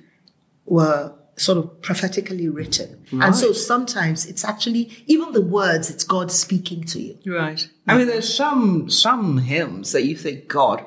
Speaker 2: were sort of prophetically written and so
Speaker 1: Right.
Speaker 2: sometimes it's actually even the words it's god speaking to you
Speaker 1: Right. I mean, there's some some hymns that you think, God,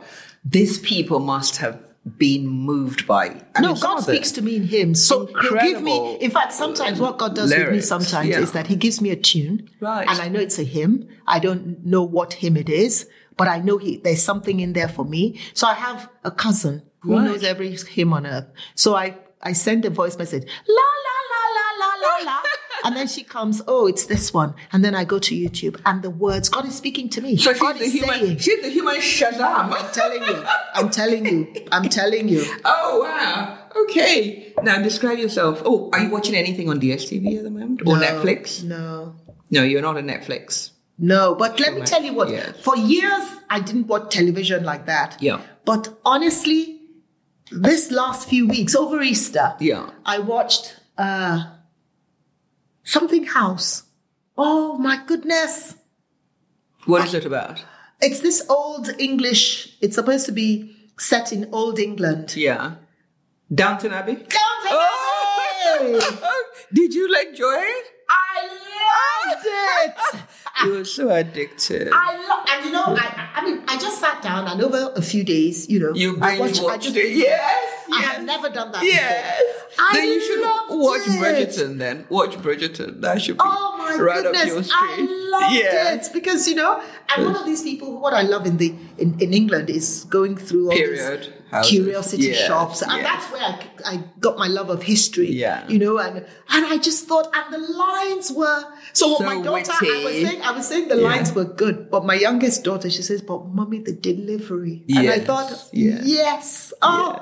Speaker 1: these people must have been moved by. I
Speaker 2: no
Speaker 1: mean, some
Speaker 2: god
Speaker 1: of the-
Speaker 2: speaks to me in hymns so he'll give me
Speaker 1: incredible,
Speaker 2: in fact sometimes what god does with me
Speaker 1: lyrics,
Speaker 2: sometimes
Speaker 1: yeah.
Speaker 2: is that he gives me a tune
Speaker 1: Right.
Speaker 2: and i know it's a hymn i don't know what hymn it is but i know he, there's something in there for me so i have a cousin who
Speaker 1: Right.
Speaker 2: knows every hymn on earth so i i send a voice message la la la la la la la and then she comes oh it's this one and then i go to youtube and the words god is speaking to me
Speaker 1: So she's
Speaker 2: god
Speaker 1: the
Speaker 2: is
Speaker 1: human.
Speaker 2: saying
Speaker 1: She's the human
Speaker 2: i'm
Speaker 1: Shazam.
Speaker 2: telling you i'm telling you i'm telling you
Speaker 1: Oh wow. Okay. Now describe yourself. Oh, are you watching anything on DSTV at the moment or Netflix?
Speaker 2: no
Speaker 1: No, you're not on Netflix.
Speaker 2: No, but let me
Speaker 1: Right.
Speaker 2: tell you what.
Speaker 1: Yes.
Speaker 2: For years, I didn't watch television like that.
Speaker 1: Yeah.
Speaker 2: But honestly, this last few weeks over Easter,
Speaker 1: Yeah.
Speaker 2: I watched uh, something House. Oh my goodness!
Speaker 1: What is it about?
Speaker 2: It's this old English. It's supposed to be set in old England.
Speaker 1: Yeah. Downton Abbey.
Speaker 2: Downton Abbey!
Speaker 1: Oh! Did you enjoy it?
Speaker 2: I loved it.
Speaker 1: You were so addicted.
Speaker 2: I love, and you know, I, I mean, I just sat down and over a few days, you know,
Speaker 1: You
Speaker 2: I
Speaker 1: binge
Speaker 2: I
Speaker 1: watched
Speaker 2: just-
Speaker 1: it. Yes.
Speaker 2: I
Speaker 1: yes.
Speaker 2: have never done that
Speaker 1: Yes.
Speaker 2: before. I
Speaker 1: then you should
Speaker 2: loved
Speaker 1: watch
Speaker 2: it.
Speaker 1: Bridgerton then. Watch Bridgerton. That should be
Speaker 2: Oh my
Speaker 1: right up your
Speaker 2: goodness!
Speaker 1: street.
Speaker 2: I loved
Speaker 1: yeah.
Speaker 2: it because you know I'm one of these people. who What I love in the in, in England is going through all
Speaker 1: Period
Speaker 2: these
Speaker 1: houses.
Speaker 2: curiosity
Speaker 1: Yes,
Speaker 2: shops, and
Speaker 1: yes.
Speaker 2: that's where I, I got my love of history.
Speaker 1: Yeah.
Speaker 2: you know, and and I just thought, and the lines were so. What
Speaker 1: So
Speaker 2: my daughter, I was
Speaker 1: witty.
Speaker 2: saying, I was saying the
Speaker 1: Yeah.
Speaker 2: lines were good, but my youngest daughter, she says, "But mommy, the delivery," and I
Speaker 1: Yes,
Speaker 2: thought,
Speaker 1: yes.
Speaker 2: yes, oh.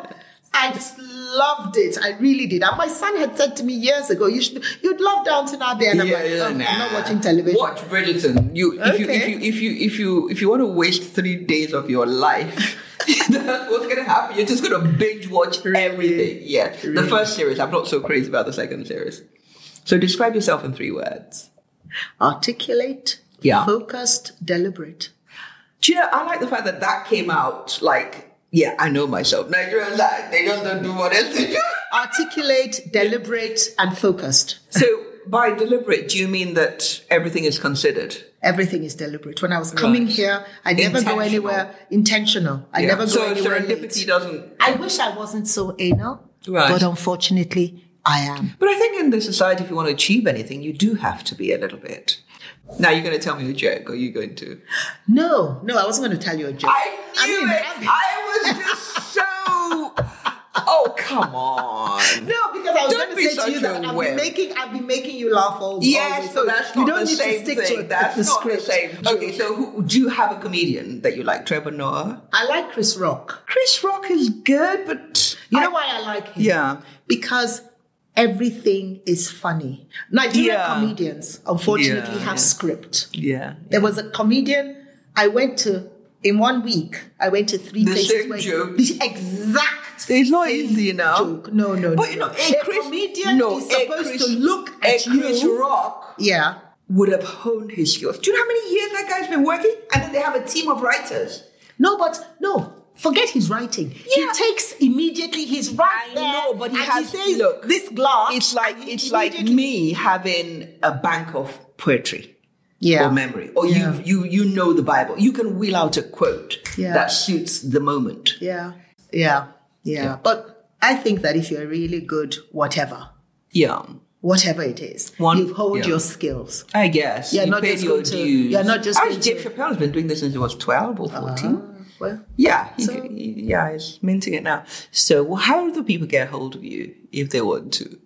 Speaker 2: I just loved it. I really did. And my son had said to me years ago, "You should, you'd love Downton Abbey." And I'm
Speaker 1: Yeah,
Speaker 2: like,
Speaker 1: yeah,
Speaker 2: "Oh,
Speaker 1: nah.
Speaker 2: I'm not watching television.
Speaker 1: Watch Bridgerton. You, if, you, if
Speaker 2: Okay.
Speaker 1: you, if you, if you, if you want to waste three days of your life, that's what's gonna happen. You're just gonna binge watch everything. Yeah, the first series. I'm not so crazy about the second series. So describe yourself in three words.
Speaker 2: Articulate,
Speaker 1: Yeah.
Speaker 2: focused, deliberate.
Speaker 1: Do you know? I like the fact that that came out like. Yeah, I know myself. Nigerians, like, they just don't do what else they do.
Speaker 2: Articulate, deliberate, and focused.
Speaker 1: So, by deliberate, do you mean that everything is considered?
Speaker 2: Everything is deliberate. When I was coming
Speaker 1: Right.
Speaker 2: here, I never go
Speaker 1: Intentional.
Speaker 2: anywhere intentional. I never go
Speaker 1: so
Speaker 2: anywhere
Speaker 1: serendipity
Speaker 2: late.
Speaker 1: doesn't
Speaker 2: I wish I wasn't so anal,
Speaker 1: Right.
Speaker 2: but unfortunately, I am.
Speaker 1: But I think in this society, if you want to achieve anything, you do have to be a little bit. Now you're going to tell me a joke, or are you going to?
Speaker 2: No, no, I wasn't going to tell you a joke.
Speaker 1: I knew
Speaker 2: mean,
Speaker 1: it.
Speaker 2: I'm-
Speaker 1: I was just so. Oh come on!
Speaker 2: No, because I was
Speaker 1: Don't
Speaker 2: going
Speaker 1: be
Speaker 2: to say
Speaker 1: such
Speaker 2: to you that
Speaker 1: a
Speaker 2: I've been
Speaker 1: wimp.
Speaker 2: making I've been making you laugh all all
Speaker 1: Yes,
Speaker 2: week.
Speaker 1: so that's not
Speaker 2: you don't
Speaker 1: the
Speaker 2: need
Speaker 1: same
Speaker 2: to stick
Speaker 1: thing.
Speaker 2: to it,
Speaker 1: that's
Speaker 2: the
Speaker 1: not
Speaker 2: script.
Speaker 1: the same. Okay, so who, do you have a comedian that you like, Trevor Noah?
Speaker 2: I like Chris Rock.
Speaker 1: Chris Rock is good, but
Speaker 2: You know why I like him?
Speaker 1: Yeah.
Speaker 2: because everything is funny. Nigerian
Speaker 1: Yeah.
Speaker 2: comedians unfortunately
Speaker 1: Yeah,
Speaker 2: have
Speaker 1: yeah.
Speaker 2: script.
Speaker 1: yeah.
Speaker 2: There was a comedian I went to in one week. I went to three
Speaker 1: The
Speaker 2: places.
Speaker 1: same
Speaker 2: where-
Speaker 1: joke.
Speaker 2: The exact.
Speaker 1: It's not
Speaker 2: same
Speaker 1: easy now.
Speaker 2: Joke. No, no,
Speaker 1: But
Speaker 2: no.
Speaker 1: you know,
Speaker 2: the
Speaker 1: a Chris,
Speaker 2: comedian
Speaker 1: no,
Speaker 2: is
Speaker 1: a
Speaker 2: supposed
Speaker 1: Chris-
Speaker 2: to look
Speaker 1: a
Speaker 2: at you.
Speaker 1: Chris Rock
Speaker 2: Yeah.
Speaker 1: would have honed his skills. Do you know how many years that guy's been working? And then they have a team of writers.
Speaker 2: No, but no. Forget his writing.
Speaker 1: Yeah.
Speaker 2: He takes immediately. He's right
Speaker 1: I
Speaker 2: there.
Speaker 1: know, but he
Speaker 2: and
Speaker 1: has-
Speaker 2: he says,
Speaker 1: look,
Speaker 2: this glass.
Speaker 1: It's like
Speaker 2: and he
Speaker 1: it's like
Speaker 2: immediately-
Speaker 1: me having a bank of poetry
Speaker 2: yeah.
Speaker 1: or memory, or
Speaker 2: Yeah.
Speaker 1: you you you know the Bible. You can wheel out a quote
Speaker 2: Yeah.
Speaker 1: that suits the moment.
Speaker 2: yeah, yeah, yeah, But I think that if you're really good, whatever,
Speaker 1: Yeah,
Speaker 2: whatever it is,
Speaker 1: One-
Speaker 2: you hold
Speaker 1: yeah.
Speaker 2: your skills.
Speaker 1: I guess
Speaker 2: You're
Speaker 1: you
Speaker 2: not
Speaker 1: paid
Speaker 2: just
Speaker 1: your
Speaker 2: going to-
Speaker 1: dues.
Speaker 2: you're not just
Speaker 1: I
Speaker 2: going
Speaker 1: Dave
Speaker 2: to-
Speaker 1: Chappelle's been doing this since he was twelve or 14
Speaker 2: Well,
Speaker 1: Yeah, he,
Speaker 2: So-
Speaker 1: he- yeah, he's minting it now. So, how do people get hold of you if they want to?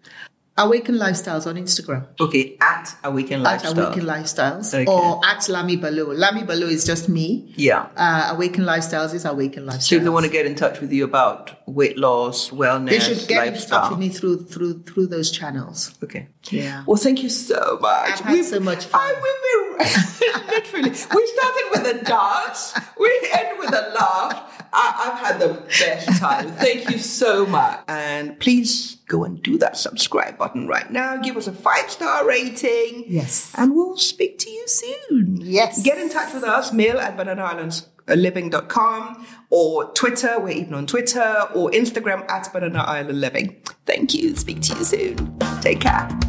Speaker 2: Awaken Lifestyles on Instagram.
Speaker 1: Okay, at Awaken Lifestyle.
Speaker 2: At Awaken Lifestyles
Speaker 1: Okay.
Speaker 2: or at Lami Balo. Lami Balo is just me.
Speaker 1: Yeah.
Speaker 2: Uh, Awaken Lifestyles is Awaken Lifestyles.
Speaker 1: So if they want to get in touch with you about weight loss, wellness,
Speaker 2: they should get in
Speaker 1: lifestyle.
Speaker 2: touch with me through through through those channels.
Speaker 1: Okay.
Speaker 2: Yeah.
Speaker 1: Well, thank you so much.
Speaker 2: I've had so much fun.
Speaker 1: I, we've been, literally, we started with a dance, we end with a laugh. I, I've had the best time. Thank you so much. And please go and do that subscribe button right now. Give us a five star rating.
Speaker 2: Yes.
Speaker 1: And we'll speak to you soon.
Speaker 2: Yes.
Speaker 1: Get in touch with us, mail at bananaislandsliving.com or Twitter, we're even on Twitter, or Instagram at Banana Island Living. Thank you. Speak to you soon. Take care.